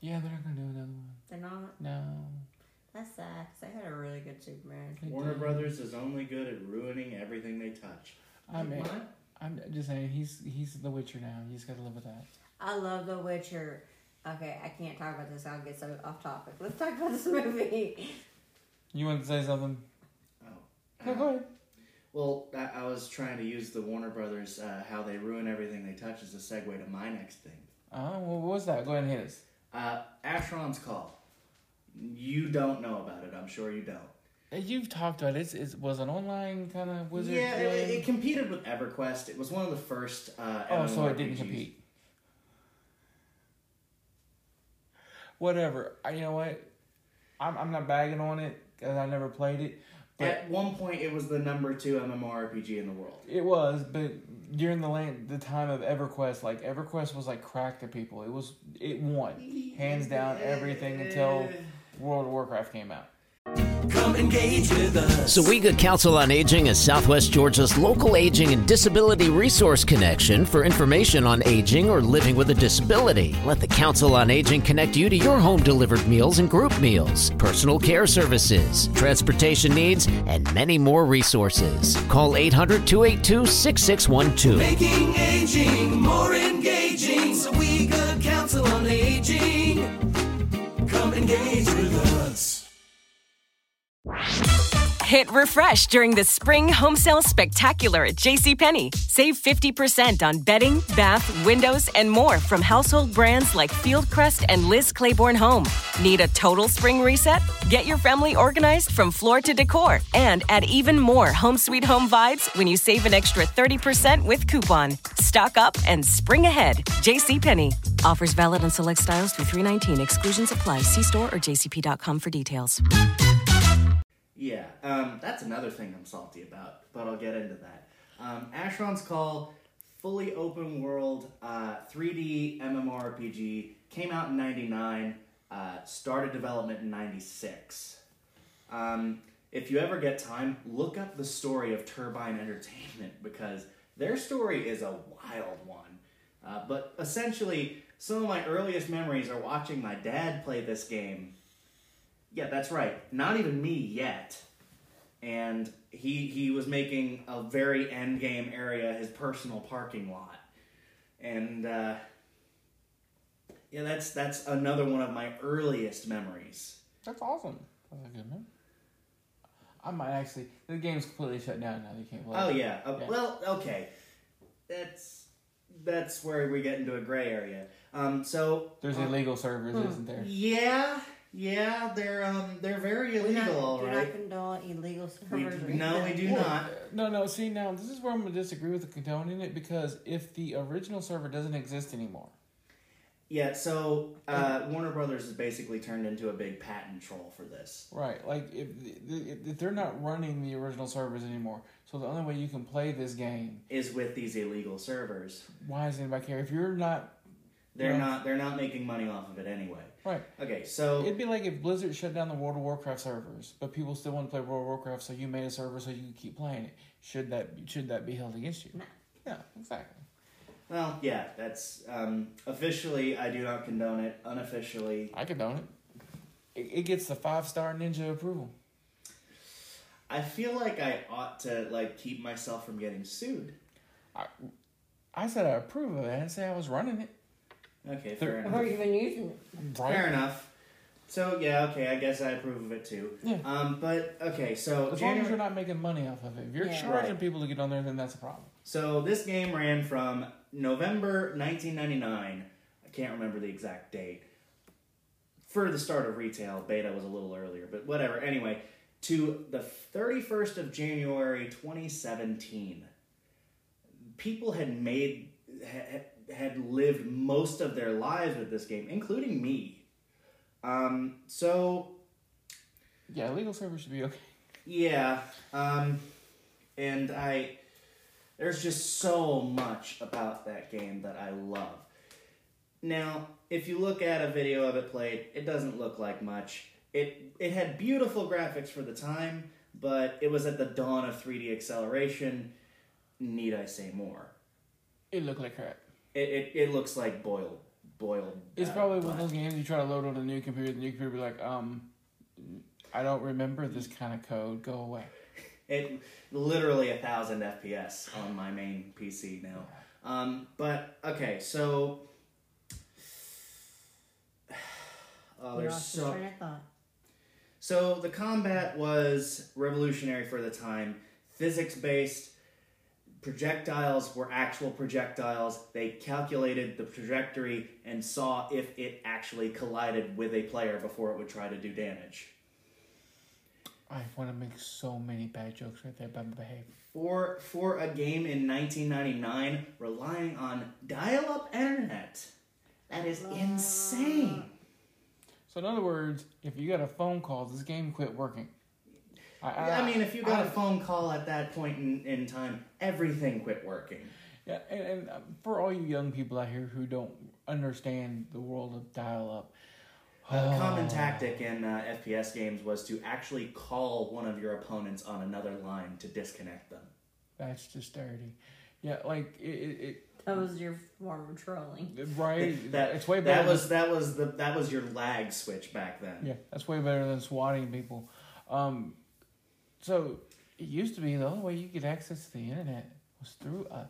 S2: Yeah, they're not gonna do another one.
S3: they're not.
S2: No.
S3: That's sad, 'cause they had a really good Superman.
S2: they
S4: Warner
S2: didn't.
S4: Brothers is only good at ruining everything they touch.
S2: I mean,
S4: What?
S2: I'm just saying he's he's the Witcher now. You just gotta live with that.
S3: I love The Witcher. Okay, I can't talk about this. I'll get so off topic. Let's talk about this movie.
S2: You want to say something?
S4: Oh.
S2: No, go ahead.
S4: Well, I, I was trying to use the Warner Brothers, uh, how they ruin everything they touch, as a segue to my next thing.
S2: Uh, well, what was that? Go ahead and hit us.
S4: Uh, Astron's Call. You don't know about it. I'm sure you don't.
S2: Uh, You've talked about it. It's, it was an online kind of wizard.
S4: yeah, it,
S2: game.
S4: it competed with EverQuest. It was one of the first. Uh,
S2: Oh, so it didn't
S4: MMORPGs.
S2: compete. Whatever. I, you know what? I'm, I'm not bagging on it because I never played it. But
S4: At one point, it was the number two MMORPG in the world.
S2: it was. But during the land, the time of EverQuest, like EverQuest was like crack to people. It was it won hands down everything until World of Warcraft came out.
S1: Come engage with us.
S5: Sawega Council on Aging is Southwest Georgia's local aging and disability resource connection for information on aging or living with a disability. Let the Council on Aging connect you to your home delivered meals and group meals, personal care services, transportation needs, and many more resources. Call 800 282 6612.
S1: Making aging more engaging. So we good counsel on aging. Come engage with us.
S6: Hit refresh during the spring home sale spectacular at JCPenney. Save 50% on bedding, bath, windows, and more from household brands like Fieldcrest and Liz Claiborne Home. Need a total spring reset? Get your family organized from floor to decor and add even more home sweet home vibes when you save an extra 30% with coupon. Stock up and spring ahead. JCPenney. Offers valid on select styles through 319. Exclusions apply. See store or jcp.com for details.
S4: Yeah, um, that's another thing I'm salty about, but I'll get into that. Um, Ashron's Call, fully open world, uh, 3D MMORPG, came out in 99, uh, started development in 96. Um, if you ever get time, look up the story of Turbine Entertainment because their story is a wild one. Uh, but essentially, some of my earliest memories are watching my dad play this game yeah, that's right. Not even me yet. And he he was making a very end game area his personal parking lot. And uh, yeah, that's that's another one of my earliest memories.
S2: That's awesome. That's a good one. I might actually. The game's completely shut down now. You can't play.
S4: Oh
S2: it.
S4: yeah. Uh, Well, okay. That's that's where we get into a gray area. Um, so
S2: There's illegal servers,
S4: Hmm.
S2: isn't there?
S4: yeah, yeah, they're um they're very
S3: Do not,
S4: illegal, all
S3: do
S4: right.
S3: not condone illegal
S4: We
S3: servers.
S4: do, no, we do not.
S2: No, no. See, now this is where I'm gonna disagree with condoning it because if the original server doesn't exist anymore,
S4: Yeah, so uh, Warner Brothers has basically turned into a big patent troll for this.
S2: right? Like if if if they're not running the original servers anymore, so the only way you can play this game,
S4: Is with these illegal servers,
S2: why does anybody care? If you're not
S4: they're
S2: Yeah.
S4: not they're not making money off of it anyway.
S2: right,
S4: Okay, so
S2: it'd be like if Blizzard shut down the World of Warcraft servers, but people still want to play World of Warcraft, so you made a server so you could keep playing it. Should that should that be held against you? Yeah, exactly.
S4: well, yeah, that's um, officially I do not condone it. Unofficially,
S2: I condone it. It, it gets the five star ninja approval.
S4: I feel like I ought to like keep myself from getting sued.
S2: I said I approve of it. I didn't say I was running it.
S4: Okay, fair
S3: Or
S4: enough.
S3: even using it.
S4: Fair enough. So yeah, okay, I guess I approve of it too.
S2: Yeah.
S4: Um, but okay, so
S2: As long as
S4: January.
S2: you're not making money off of it. If you're
S3: Yeah.
S2: charging
S4: Right.
S2: people to get on there, then that's a problem.
S4: So this game ran from November 1999. I can't remember the exact date. For the start of retail, beta was a little earlier, but whatever. Anyway, to the 31st of January 2017. People had made had, had lived most of their lives with this game, including me. Um, so
S2: Yeah, legal servers should be okay.
S4: yeah. Um, and I. There's just so much about that game that I love. Now, if you look at a video of it played, it doesn't look like much. It, it had beautiful graphics for the time, but it was at the dawn of 3D acceleration. Need I say more?
S2: It looked like crap.
S4: It, it, it looks like boiled. boiled
S2: It's
S4: uh,
S2: probably one
S4: black.
S2: of those games you try to load on a new computer, the new computer be like, um, I don't remember this kind of code. Go away.
S4: it literally a thousand FPS on my main PC now. Um, but okay, so oh,
S3: You
S4: there's
S3: lost your
S4: so
S3: train of thought.
S4: so the combat was revolutionary for the time, physics based. Projectiles were actual projectiles. They calculated the trajectory and saw if it actually collided with a player before it would try to do damage.
S2: I want to make so many bad jokes right there by my behavior.
S4: for for a game in 1999 relying on dial-up internet. That is
S2: Ah.
S4: insane.
S2: So in other words, if you got a phone call, this game quit working. I,
S4: I mean, if you got a phone call at that point in, in time, everything quit working.
S2: Yeah, and, and um, for all you young people out here who don't understand the world of dial-up,
S4: A
S2: Oh.
S4: common tactic in uh, FPS games was to actually call one of your opponents on another line to disconnect them.
S2: that's just dirty. Yeah, like it, it,
S3: That was your form of trolling.
S2: it right?
S4: That,
S2: it's way better.
S4: that was that was the that was your lag switch back then.
S2: Yeah, that's way better than swatting people. Um, so it used to be the only way you could access the internet was through a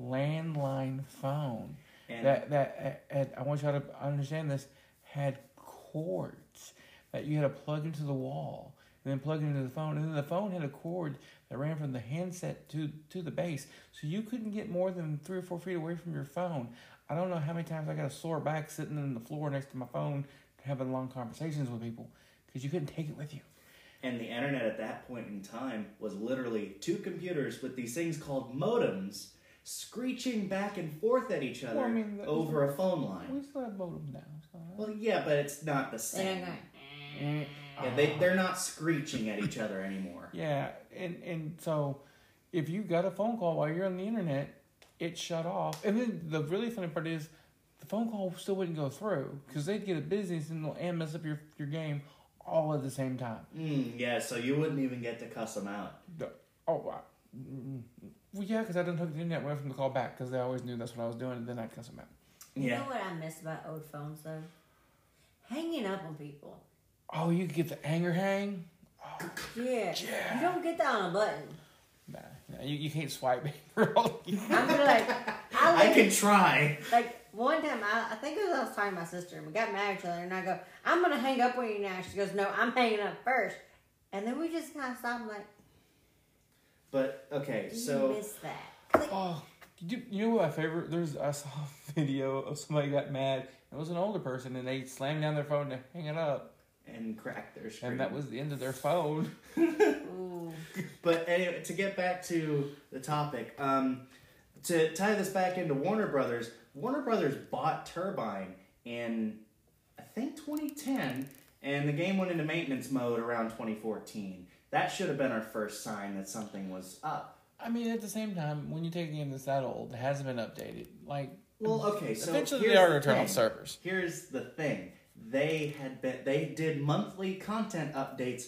S2: landline phone.
S4: And-
S2: that that had, I want y'all to understand this had cords that you had to plug into the wall and then plug into the phone, and then the phone had a cord that ran from the handset to to the base, so you couldn't get more than three or four feet away from your phone. I don't know how many times I got a sore back sitting on the floor next to my phone having long conversations with people because you couldn't take it with you.
S4: And the internet at that point in time was literally two computers with these things called modems screeching back and forth at each other
S2: Well, I mean, that-
S4: over a phone
S2: We
S4: line.
S2: still have modem now. So.
S4: Well, yeah, but it's not the
S3: They
S4: same.
S3: don't know.
S4: Yeah, they, they're not screeching at each other anymore.
S2: Yeah, and and so if you got a phone call while you're on the internet, it shut off. And then the really funny part is the phone call still wouldn't go through because they'd get a business and they'll and mess up your your game all at the same time.
S4: Mm, yeah, so you wouldn't even get to cuss them out.
S2: The- oh wow. Mm, Well, yeah, because I didn't hook the internet away from the call back because they always knew that's what I was doing, and then I'd cuss them out.
S3: You
S4: Yeah.
S3: know what I miss about old phones though? Hanging up on people.
S2: Oh, you could get the anger hang.
S3: Yeah. You don't get that on a button.
S2: Nah, nah, you, you can't swipe. it.
S3: I'm gonna like I,
S4: I
S3: like-
S4: can try.
S3: like one time I, I think it was I was talking to my sister and we got mad at each other and I go, I'm gonna hang up on you now. She goes, No, I'm hanging up first. And then we just kinda stopped like,
S4: But, okay,
S3: You
S4: so.
S3: miss that. Like,
S2: Oh, you, you know what my favorite? There's I saw a video of somebody got mad. It was an older person, and they slammed down their phone to hang it up,
S4: And crack their screen.
S2: and that was the end of their phone.
S3: ooh.
S4: But anyway, to get back to the topic, um, to tie this back into Warner Brothers, Warner Brothers bought Turbine in, I think, 2010, and the game went into maintenance mode around 2014. That should have been our first sign that something was up.
S2: I mean, at the same time, when you take a game that's that old, it hasn't been updated. Like,
S4: Well, okay, so
S2: Eventually they
S4: here's
S2: are
S4: the
S2: gonna turn on
S4: thing.
S2: servers.
S4: Here's the thing: they had been they did monthly content updates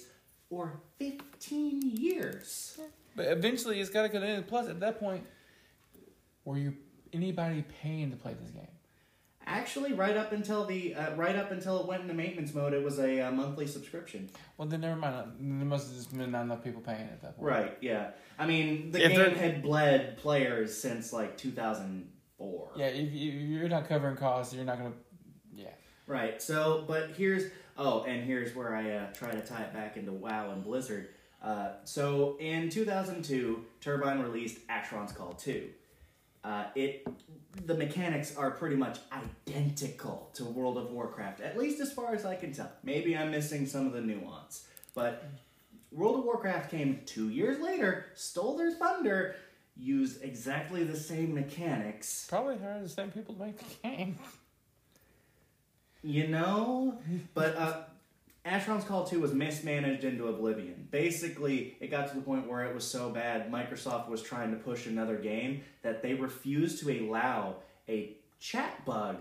S4: for 15 years.
S2: but eventually it's got to come in. Plus, at that point, were you anybody paying to play this game?
S4: Actually, right up until the uh, right up until it went into maintenance mode, it was a uh, monthly subscription.
S2: Well, then never mind. uh, There must have just been not enough people paying at that point.
S4: Right. Yeah. I mean, the
S2: If
S4: game
S2: they're-
S4: had bled players since like 2004.
S2: Yeah, if you- you're not covering costs, you're not gonna. Yeah.
S4: Right. So, but here's oh, and here's where I uh, try to tie it back into WoW and Blizzard. Uh, so in 2002, Turbine released Ashron's Call 2. Uh, it the mechanics are pretty much identical to World of Warcraft, at least as far as I can tell. Maybe I'm missing some of the nuance, but World of Warcraft came two years later, stole their thunder, used exactly the same mechanics.
S2: Probably hired the same people to make the game.
S4: You know, but uh, Ashron's Call 2 was mismanaged into oblivion. Basically, it got to the point where it was so bad, Microsoft was trying to push another game that they refused to allow a chat bug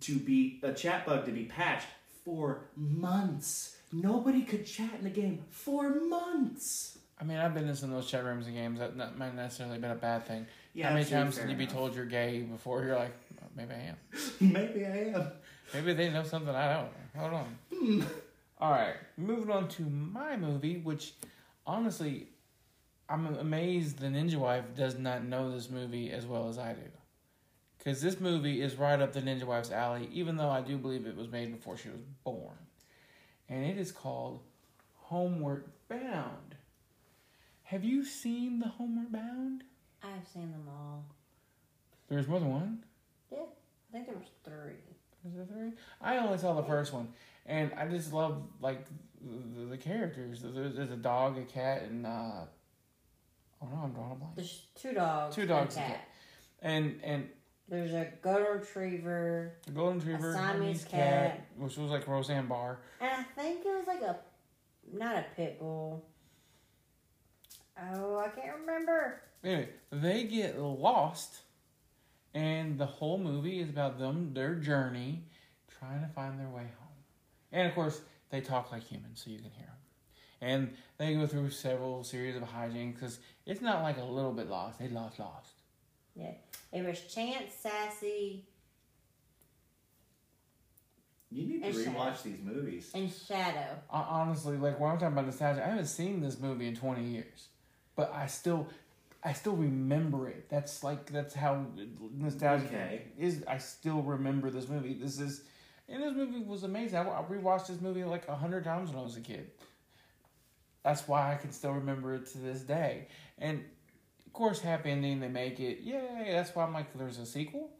S4: to be a chat bug to be patched for months. Nobody could chat in the game for months.
S2: I mean, I've been in some of those chat rooms and games. That not, might necessarily been a bad thing.
S4: Yeah,
S2: How many
S4: true,
S2: times
S4: fair
S2: have you be
S4: enough.
S2: told you're gay before you're like, "Oh, maybe I am.
S4: Maybe I am.
S2: Maybe they know something I don't. Hold on. All right, moving on to my movie, which honestly, I'm amazed the Ninja Wife does not know this movie as well as I do. Because this movie is right up the Ninja Wife's alley, even though I do believe it was made before she was born. And it is called Homeward Bound. Have you seen the Homeward Bound?
S3: I've seen them all.
S2: There's more than one.
S3: Yeah, I think there was three.
S2: Is there three? I only saw the first one, and I just love like the, the characters. There's, there's a dog, a cat, and uh, oh no, I'm drawing a blank.
S3: There's two dogs.
S2: Two dogs,
S3: And a
S2: and
S3: cat.
S2: cat. And and
S3: There's a golden retriever,
S2: the golden retriever,
S3: Siamese
S2: cat,
S3: cat.
S2: which was like Roseanne Barr.
S3: and I think it was like a, not a pit bull. Oh, I can't remember.
S2: Anyway, they get lost, and the whole movie is about them their journey, trying to find their way home. And of course, they talk like humans, so you can hear them. And they go through several series of hijinks because it's not like a little bit lost. They lost, lost.
S3: Yeah, it was Chance, Sassy,
S4: You need to
S3: It's sad.
S4: rewatch these movies.
S3: and Shadow.
S2: Hon- Honestly, like when I'm talking about nostalgia, I haven't seen this movie in 20 years, but I still, I still remember it. That's like that's how nostalgia
S4: Okay.
S2: is. I still remember this movie. This is, and this movie was amazing. I, I rewatched this movie like a hundred times when I was a kid. That's why I can still remember it to this day. And of course, happy ending. They make it. Yay! That's why I'm like, there's a sequel.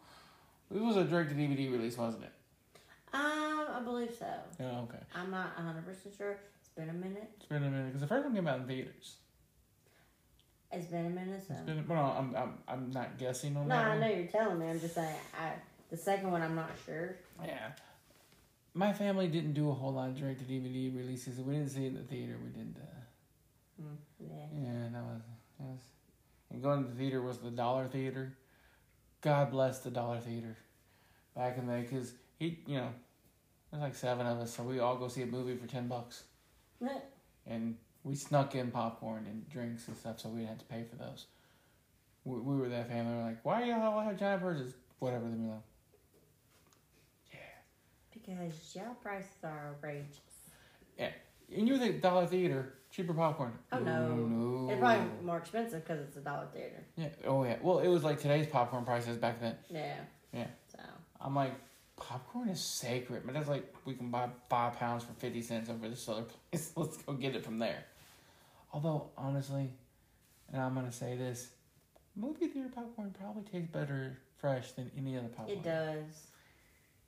S2: It was a direct to DVD release, wasn't it?
S3: Um, I believe so.
S2: Yeah. Okay.
S3: I'm not 100 percent sure. It's been a minute.
S2: It's been a minute because the first one came out in theaters.
S3: It's been a minute. So.
S2: Well, no, I'm, I'm, I'm not guessing on
S3: No,
S2: that.
S3: I
S2: one.
S3: know you're telling me. I'm just saying. I the second one, I'm not sure.
S2: Yeah. My family didn't do a whole lot of direct to DVD releases. We didn't see it in the theater. We didn't. Uh,
S3: Yeah.
S2: yeah, that was, that was. And going to the theater was the dollar theater. God bless the dollar theater back in the day because he, you know, there's like seven of us, so we all go see a movie for 10 bucks. And we snuck in popcorn and drinks and stuff, so we didn't have to pay for those. We, we were that family. We were like, why do y'all all have giant purses? Whatever. Leave me alone.
S3: Because y'all prices are outrageous.
S2: Yeah. And you think dollar theater, cheaper popcorn.
S3: Oh no. It's probably more expensive because it's a dollar theater.
S2: Yeah. Oh yeah. Well, it was like today's popcorn prices back then.
S3: Yeah.
S2: Yeah.
S3: So
S2: I'm like, popcorn is sacred. But that's like we can buy five pounds for fifty cents over this other place. Let's go get it from there. Although honestly, and I'm gonna say this, movie theater popcorn probably tastes better fresh than any other popcorn.
S3: it does.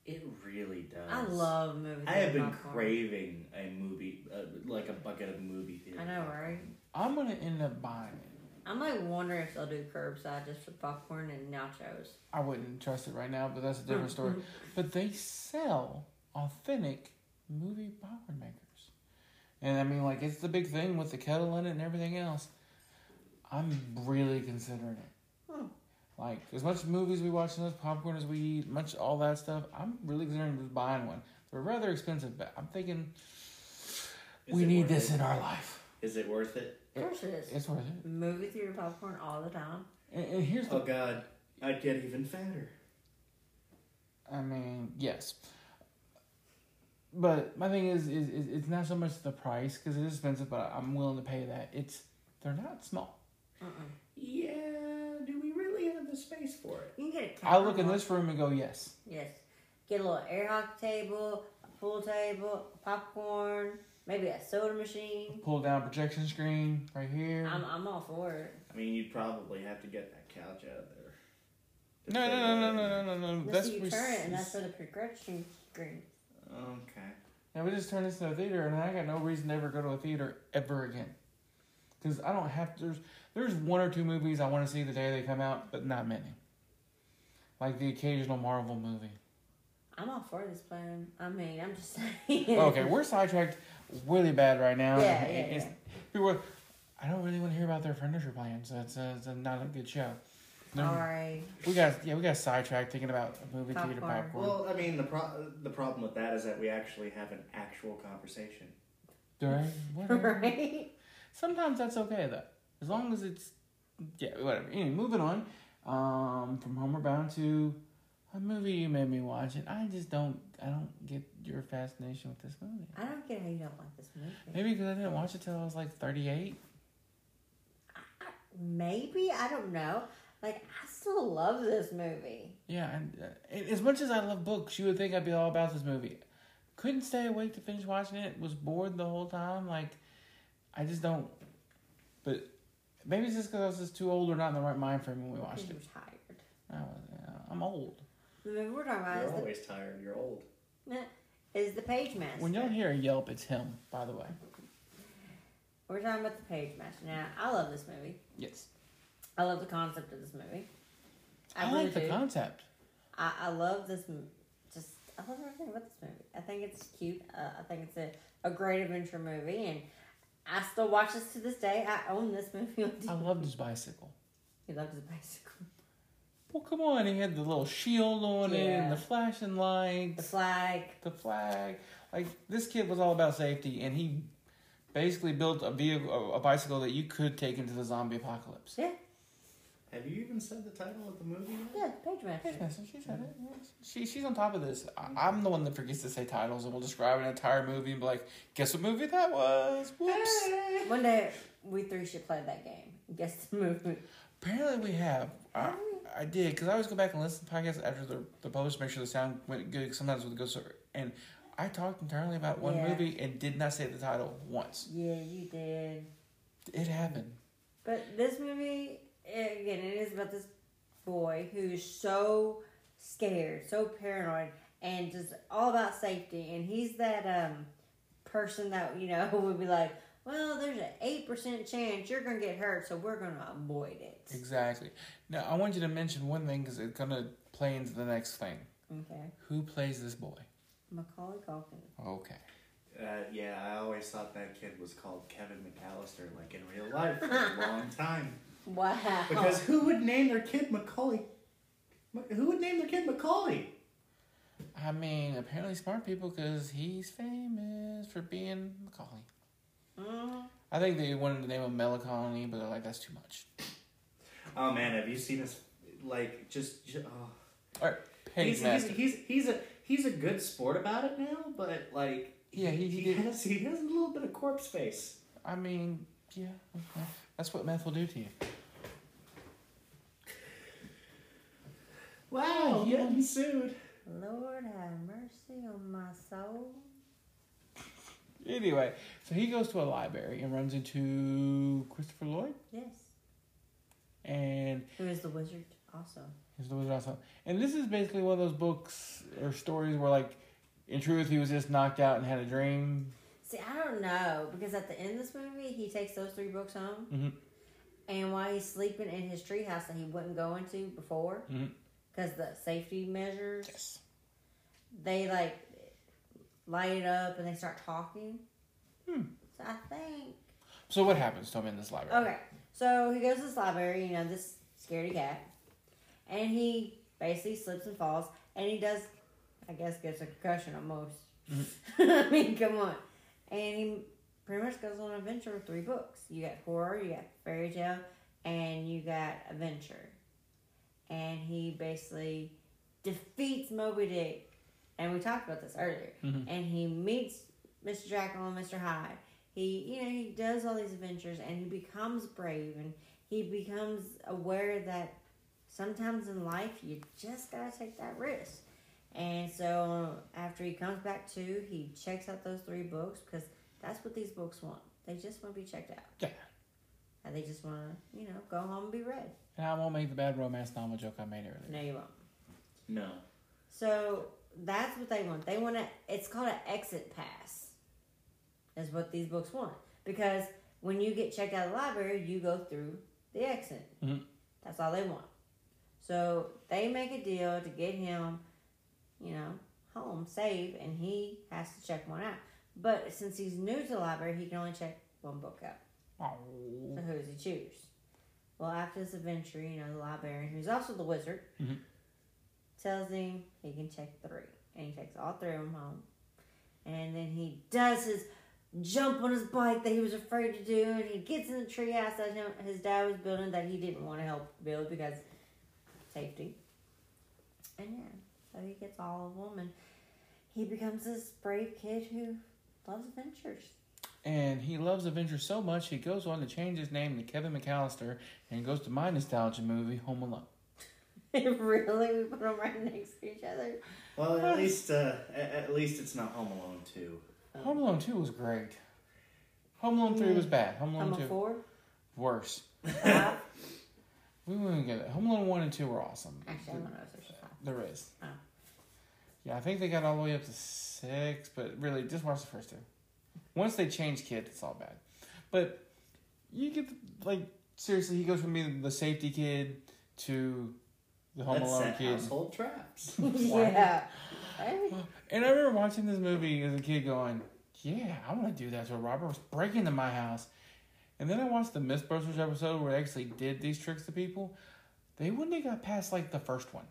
S4: It really does.
S3: I love movies.
S4: I have
S3: with
S4: been
S3: popcorn.
S4: craving a movie, uh, like a bucket of movie theater.
S3: I know, right?
S2: I'm gonna end up buying it.
S3: I'm like wondering if they'll do curbside just for popcorn and nachos.
S2: I wouldn't trust it right now, but that's a
S4: Mm-hmm.
S2: different story. But they sell authentic movie popcorn makers. And I mean, like, it's the big thing with the kettle in it and everything else. I'm really considering it. Like, as much movies we watch and as popcorn as we eat, much all that stuff, I'm really considering just buying one. They're rather expensive, but I'm thinking
S4: Is
S2: we
S4: it
S2: need
S4: worth
S2: this
S4: it?
S2: in our life.
S4: Is it worth it?
S3: Of course it is.
S2: It's worth it.
S3: Movie theater popcorn all the time.
S2: And, and here's the
S4: Oh God, I'd get even fatter.
S2: I mean, yes. But my thing is, is, is it's not so much the price because it is expensive, but I'm willing to pay that. It's they're not small.
S4: Yeah, do we really have the space for it?
S3: You can get a
S2: I look in
S3: counter.
S2: this room and go, yes.
S3: Yes. Get a little air hockey table, a pool table, popcorn, maybe a soda machine.
S2: Pull down projection screen right here.
S3: I'm, I'm all for it.
S4: I mean, you'd probably have to get that couch out of there.
S2: no, no, no, no, no, no, no, no.
S3: That's
S2: That's
S3: you
S2: we-
S3: turn it, and that's for the progression screen.
S4: Okay.
S2: Yeah, we just turned this into a theater, and I got no reason to ever go to a theater ever again. Because I don't have there's there's one or two movies I want to see the day they come out, but not many. Like the occasional Marvel movie.
S3: I'm all for this plan. I mean, I'm just saying.
S2: Oh, okay, we're sidetracked really bad right now.
S3: Yeah,
S2: It-
S3: yeah,
S2: it's-
S3: yeah.
S2: people are- I don't really want to hear about their furniture plans. That's uh it's a, not a good show. No,
S3: Sorry.
S2: we got yeah, we got sidetracked thinking about a movie theater
S3: Popcorn.
S2: popcorn.
S4: Well, I mean, the pro- the problem with that is that we actually have an actual conversation.
S2: During- whatever.
S3: Right?
S2: Sometimes that's okay though, as long as it's yeah whatever. Anyway, moving on um, from Homeward Bound to a movie you made me watch, and I just don't I don't get your fascination with this movie.
S3: I don't get how you don't like this movie.
S2: Maybe because I didn't watch it till I was like thirty eight.
S3: Maybe I don't know. Like I still love this movie.
S2: Yeah, and, uh, and as much as I love books, you would think I'd be all about this movie. Couldn't stay awake to finish watching it. Was bored the whole time. Like, I just don't. But maybe it's just because I was just too old or not in the right mind frame when we
S3: I'm
S2: watched it.
S3: tired.
S2: I was, yeah, I'm old.
S3: The movie we're talking about Uh,
S4: You're
S3: is the
S4: always tired. You're old.
S3: No, is the page master.
S2: When y'all hear a yelp, it's him. By the way,
S3: We're talking about the page master. Now, I love this movie.
S2: yes,
S3: I love the concept of this movie.
S2: I,
S3: really
S2: like the
S3: do.
S2: concept.
S3: I, I love this. m- Just I love everything about this movie. I think it's cute. Uh, I think it's a, a great adventure movie, and I still watch this to this day. I own this movie. On
S2: I
S3: DVD.
S2: loved his bicycle.
S3: He loves his bicycle.
S2: Well, come on, he had the little shield on it,
S3: Yeah.
S2: and the flashing
S3: The
S2: lights,
S3: flag.
S2: the flag. Like this kid was all about safety, and he basically built a vehicle, a- a bicycle that you could take into the zombie apocalypse.
S3: Yeah,
S4: Have you even said the title of the movie? yet?
S3: yeah, the page master.
S2: Yeah, so she said it. She she's on top of this. I, I'm the one that forgets to say titles, and will describe an entire movie and be like, "Guess what movie that was?" Whoops.
S3: One day we three should play that game. Guess the movie.
S2: Apparently we have. I, I did because I always go back and listen to podcasts after the the post, make sure the sound went good. 'cause Sometimes with good server, and I talked entirely about one
S3: Yeah.
S2: movie and did not say the title once.
S3: Yeah, you did.
S2: It happened.
S3: But this movie, eh, again, it is about this boy who is so scared, so paranoid, and just all about safety. And he's that um, person that, you know, would be like, well, there's an 8% chance you're going to get hurt, so we're going to avoid it.
S2: Exactly. Now I want you to mention one thing because it's gonna play into the next thing.
S3: Okay.
S2: Who plays this boy?
S3: Macaulay Culkin.
S2: Okay.
S4: Uh, yeah, I always thought that kid was called Kevin McAllister, like in real life, for a long time.
S3: Wow.
S4: Because who would name their kid Macaulay? Ma- Who would name their kid Macaulay?
S2: I mean, apparently smart people because he's famous for being Macaulay.
S4: Uh-huh.
S2: I think they wanted to name him Melancholy, but they're like, that's too much.
S4: Oh man, have you seen his like just? ju- oh.
S2: All right,
S4: He's,
S2: Page
S4: he's,
S2: Master.
S4: he's he's a he's a good sport about it now, but like
S2: Yeah, he- he did-
S4: has he has a little bit of corpse face.
S2: I mean, yeah, okay. that's what meth will do to you.
S4: Wow,
S2: yeah.
S4: getting sued.
S3: Lord have mercy on my soul.
S2: Anyway, so he goes to a library and runs into Christopher Lloyd,
S3: Yes.
S2: and
S3: Who is the wizard? Also.
S2: his was also. And this is basically one of those books or stories where, like, in truth, he was just knocked out and had a dream.
S3: See, I don't know because at the end of this movie, he takes those three books home,
S2: Mhm.
S3: and while he's sleeping in his treehouse that he wouldn't go into before,
S2: Mhm.
S3: because the safety measures,
S2: Yes.
S3: they like light it up and they start talking. So I think
S2: So what happens to him in this library?
S3: okay. So he goes to this library, you know, this scaredy cat, and he basically slips and falls, and he does, I guess, gets a concussion almost. I mean, come on. And he pretty much goes on an adventure with three books. You got horror, you got fairy tale, and you got adventure. And he basically defeats Moby Dick, and we talked about this earlier. And he meets Mr. Jackal and Mr. Hyde. He, you know, he does all these adventures, and he becomes brave, and he becomes aware that sometimes in life you just gotta take that risk. And so after he comes back to, he checks out those three books because that's what these books want. They just want to be checked out.
S2: Yeah.
S3: And they just want to, you know, go home and be read.
S2: And I won't make the bad romance novel joke I made earlier.
S3: No, you won't.
S4: No.
S3: So that's what they want. They want to. It's called an exit pass. Is what these books want because when you get checked out of the library, you go through the exit.
S2: Mhm.
S3: That's all they want. So they make a deal to get him, you know, home safe, and he has to check one out. But since he's new to the library, he can only check one book out.
S2: Oh.
S3: So who does he choose? Well, after this adventure, you know, the librarian, who's also the wizard,
S2: Mhm.
S3: tells him he can check three. And he takes all three of them home. And then he does his jump on his bike that he was afraid to do. And he gets in the tree house that him, his dad was building that he didn't want to help build because safety. And yeah, so he gets all of them. And he becomes this brave kid who loves adventures.
S2: And he loves Avengers so much, he goes on to change his name to Kevin McAllister and goes to my nostalgia movie, Home Alone.
S3: really? We put them right next to each other.
S4: Well, at least uh, at, at least it's not Home Alone two.
S2: Home Alone 2 was great. Home Alone 3 was bad. Home
S3: I'm
S2: Alone
S3: a
S2: 2,
S3: four.
S2: worse.
S3: Five.
S2: We wouldn't get it. Home Alone 1 and 2 were awesome.
S3: Actually, I don't know if there's a five.
S2: There is.
S3: Oh.
S2: Yeah, I think they got all the way up to 6, but really, just watch the first two. Once they change kids, it's all bad. But you get, the, like, seriously, he goes from being the safety kid to the Home
S4: Let's
S2: Alone
S4: set
S2: kid.
S4: household traps.
S3: yeah. Hey,
S2: And I remember watching this movie as a kid going, Yeah, I want to do that. So Robert was breaking into my house. And then I watched the Mythbusters episode where they actually did these tricks to people. They wouldn't have got past like the first one.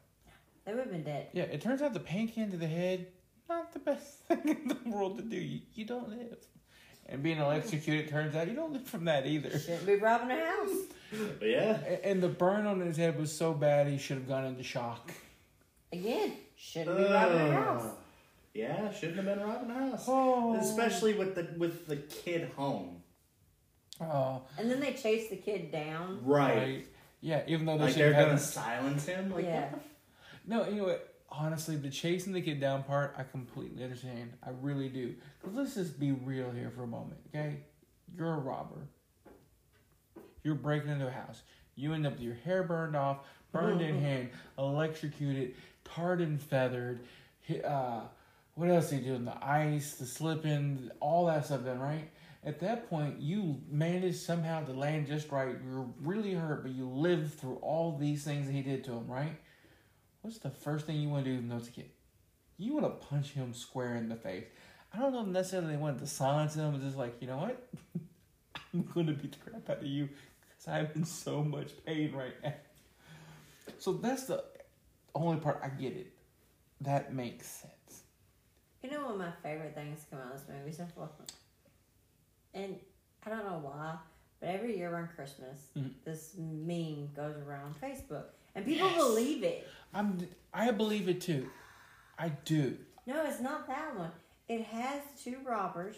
S3: They would have been dead.
S2: Yeah, it turns out the paint can to the head, not the best thing in the world to do. You, you don't live. And being electrocuted turns out you don't live from that either.
S3: Shouldn't be robbing a house.
S4: But yeah.
S2: A- And the burn on his head was so bad he should have gone into shock.
S3: Again, shouldn't be robbing a house.
S4: Ugh. Yeah, shouldn't have been robbing the house.
S2: Oh.
S4: Especially with the with the kid home.
S2: Oh,
S3: And then they chase the kid down.
S4: Right.
S2: right. Yeah, even though they
S4: Like
S2: should have
S4: they're
S2: had
S4: gonna
S2: him-
S4: silence him. Like
S3: yeah.
S2: No, you know what? Honestly, the chasing the kid down part, I completely understand. I really do. 'Cause let's just be real here for a moment, okay? You're a robber. You're breaking into a house. You end up with your hair burned off, burned in hand, electrocuted, tarred and feathered. hi- Uh, what else are you doing? The ice, the slipping, all that stuff, then, right? At that point, you managed somehow to land just right. You're really hurt, but you lived through all these things that he did to him, right? What's the first thing you want to do even though it's a kid? You want to punch him square in the face. I don't know if necessarily they wanted to silence him. It's just like, you know what? I'm going to beat the crap out of you because I'm in so much pain right now. So that's the only part I get it. That makes sense.
S3: You know one of my favorite things to come out of this movie so far? And I don't know why, but every year around Christmas, this meme goes around Facebook. And people believe it.
S2: I'm, I believe it too. I do.
S3: No, it's not that one. It has the two robbers,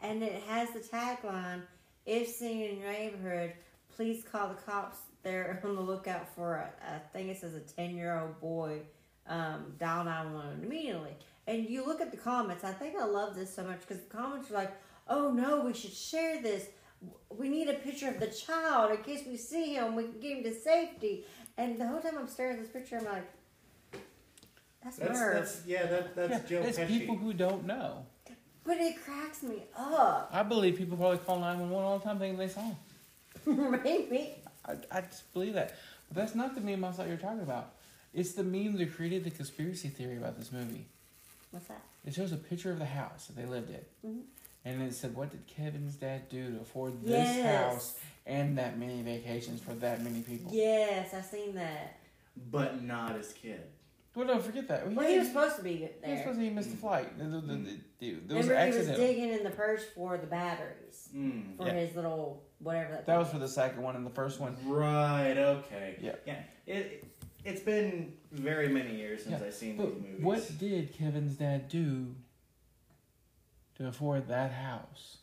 S3: and it has the tagline: "If seen in your neighborhood, please call the cops. They're on the lookout for a, I think it says a ten-year-old boy. Um, dial nine one one immediately." And you look at the comments. I think I love this so much because the comments are like, "Oh no, we should share this." we need a picture of the child in case we see him. We can get him to safety. And the whole time I'm staring at this picture, I'm like, "That's,
S4: that's,
S3: nerve."
S4: that's yeah, that, that's Joe
S2: it's
S4: Pesci.
S2: people who don't know.
S3: But it cracks me up.
S2: I believe people probably call 911 all the time thinking they saw him.
S3: Maybe.
S2: I, I just believe that. But that's not the meme I thought you were talking about. It's the meme that created the conspiracy theory about this movie.
S3: What's that?
S2: It shows a picture of the house that they lived in.
S3: Mm-hmm.
S2: And it said, what did Kevin's dad do to afford this
S3: Yes.
S2: house and that many vacations for that many people?
S3: Yes, I've seen that.
S4: but not as kid.
S2: Well, don't forget that.
S3: Well, he was supposed to be
S2: he was
S3: there. Mm-hmm.
S2: supposed to he missed
S4: Mm-hmm.
S2: the flight. The- the- the- the- there was an
S3: Remember, he was
S2: accident. Mm,
S3: digging in the purse for the batteries for
S2: Yeah.
S3: his little whatever that.
S2: that
S3: thing
S2: was
S3: is.
S4: Mm-hmm.
S2: for the second one and the first one.
S4: Right, okay.
S2: Yeah.
S4: Yeah. It, It's been very many years since
S2: Yeah,
S4: I've seen
S2: but
S4: these movies.
S2: What did Kevin's dad do to afford that house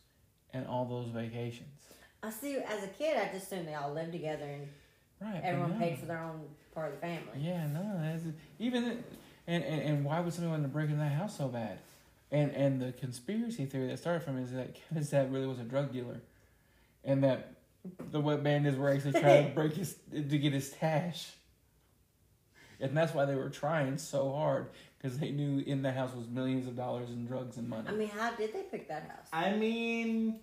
S2: and all those vacations?
S3: I see. As a kid, I just assumed they all lived together and
S2: Right. but
S3: everyone
S2: no.
S3: paid for their own part of the family.
S2: Yeah, no. That's, even th- and, and and why would somebody want to break into that house so bad? And and the conspiracy theory that started from it is that Kevin's dad really was a drug dealer, and that the wet bandits were actually trying to break his to get his stash. And that's why they were trying so hard because they knew in the house was millions of dollars in drugs and money.
S3: I mean, how did they pick that house?
S4: I mean,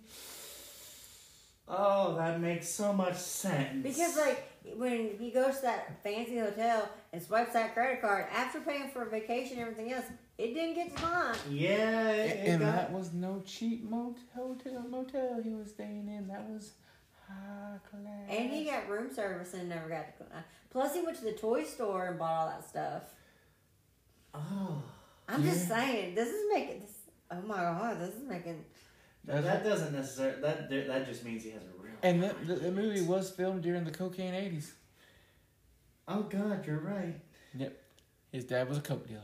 S4: oh, that makes so much sense.
S3: Because like when he goes to that fancy hotel and swipes that credit card after paying for a vacation and everything else, it didn't get to mine.
S4: yeah, it, it
S2: and
S4: got-
S2: that was no cheap motel motel he was staying in. That was high class.
S3: And he got room service and never got to. Plus, he went to the toy store and bought all that stuff.
S4: oh,
S3: I'm just saying, this is making this. Oh my god, this is making.
S2: That's
S4: that
S2: right.
S4: doesn't necessarily that that just means he has a real.
S2: And that, the, the movie was filmed during the cocaine 80s.
S4: oh God, you're right.
S2: Yep. His dad was a coke dealer.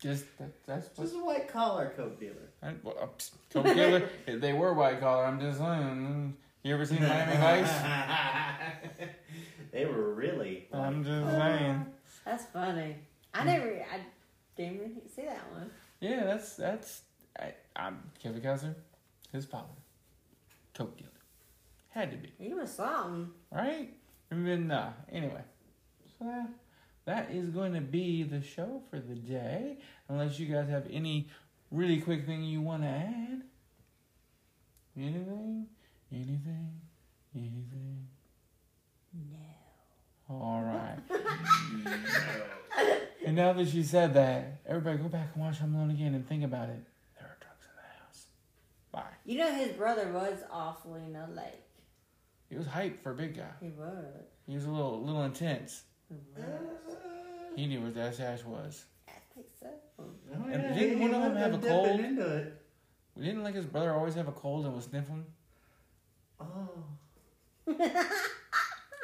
S2: Just, that, that's what.
S4: This is a white collar coke dealer.
S2: I, well, uh, psst, coke dealer? they were white collar, I'm just saying. You ever seen Miami Vice?
S4: they were really.
S2: I'm just saying.
S3: That's funny. I never. I didn't even see that one.
S2: Yeah, that's, that's, I, I'm Kevin Costner, his father. Coke dealer. Had to be.
S3: He was something.
S2: Right? And then, uh, anyway. So that, that is going to be the show for the day. Unless you guys have any really quick thing you want to add. Anything? Anything? Anything? No. All right. and now that she said that, everybody go back and watch Home Alone again and think about it. There are drugs in the house. Bye.
S3: You know, his brother was awfully you know, like
S2: He was hyped for a big guy.
S3: he was.
S2: He was a little, little intense.
S3: Mm-hmm.
S2: He knew what that sash was.
S3: I think so.
S4: Oh,
S2: And
S4: yeah,
S2: didn't
S4: he-
S2: one
S4: he
S2: of them
S4: let
S2: have a
S4: dip it
S2: cold?
S4: Into it.
S2: Didn't like his brother always have a cold and was sniffling?
S4: Oh.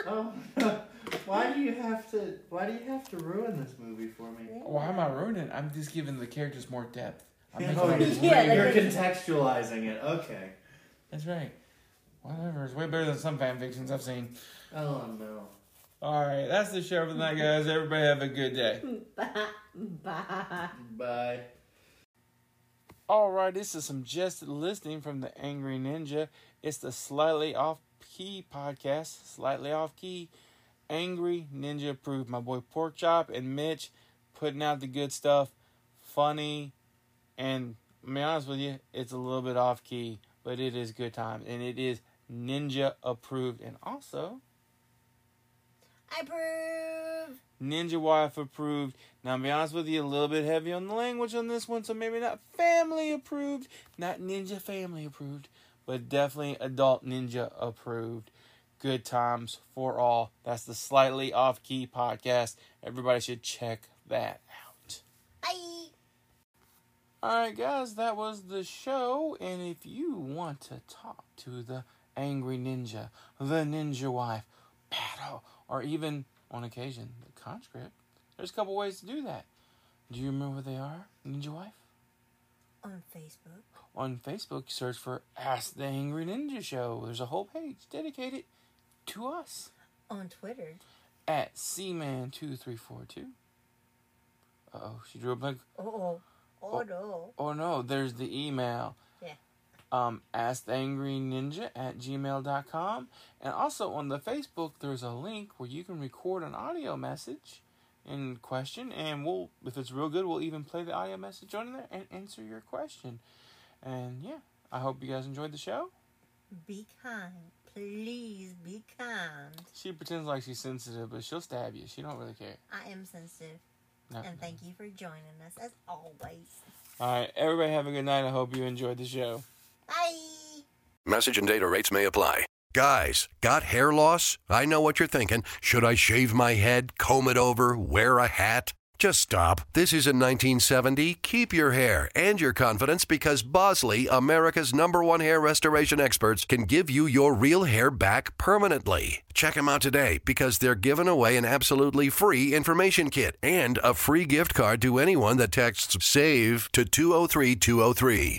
S4: oh. why do you have to? Why do you have to ruin this movie for me?
S2: Why am I ruining it? I'm just giving the characters more depth. I'm making
S4: Oh,
S2: it
S4: you're-
S3: Yeah, that
S4: you're
S3: makes-
S4: contextualizing it. Okay.
S2: That's right. Whatever. It's way better than some fan fictions I've seen.
S4: Oh no.
S2: All right, that's the show for the night, guys. Everybody have a good day.
S3: Bye.
S4: Bye.
S2: All right, this is some just listening from the Angry Ninja. It's the Slightly Off Key podcast, Slightly Off Key, Angry Ninja approved. My boy Pork Chop and Mitch putting out the good stuff, funny, and to be honest with you, it's a little bit off key, but it is good time and it is Ninja approved. And also,
S3: I approve.
S2: Ninja Wife approved. Now, to be honest with you, a little bit heavy on the language on this one, so maybe not family approved, not ninja family approved, but definitely adult ninja approved. Good times for all. That's the slightly off key podcast. Everybody should check that out.
S3: Bye.
S2: Alright, guys, that was the show. And if you want to talk to the angry ninja, the ninja wife, Pato, or even on occasion, the conscript, there's a couple ways to do that. Do you remember what they are, ninja wife?
S3: On Facebook.
S2: On Facebook, search for Ask the Angry Ninja Show. There's a whole page dedicated to us
S3: On Twitter.
S2: at Cman2342. Uh oh, she drew a blank.
S3: Oh, oh no.
S2: Oh no, there's the email.
S3: Yeah.
S2: Um, asktheangryninja at gmail.com. And also on the Facebook, there's a link where you can record an audio message and question. And we'll, if it's real good, we'll even play the audio message on there and answer your question. And yeah, I hope you guys enjoyed the show.
S3: Be kind. Please be kind.
S2: She pretends like she's sensitive, but she'll stab you. She don't really care.
S3: I am sensitive.
S2: No.
S3: And thank you for joining us as always.
S2: All right, everybody have a good night. I hope you enjoyed the show.
S3: Bye.
S7: Message and data rates may apply. Guys, got hair loss? I know what you're thinking. Should I shave my head, comb it over, wear a hat? Just stop. This isn't 1970. Keep your hair and your confidence because Bosley, America's number one hair restoration experts, can give you your real hair back permanently. Check them out today because they're giving away an absolutely free information kit and a free gift card to anyone that texts SAVE to 203203.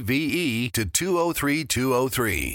S7: V E to 203203.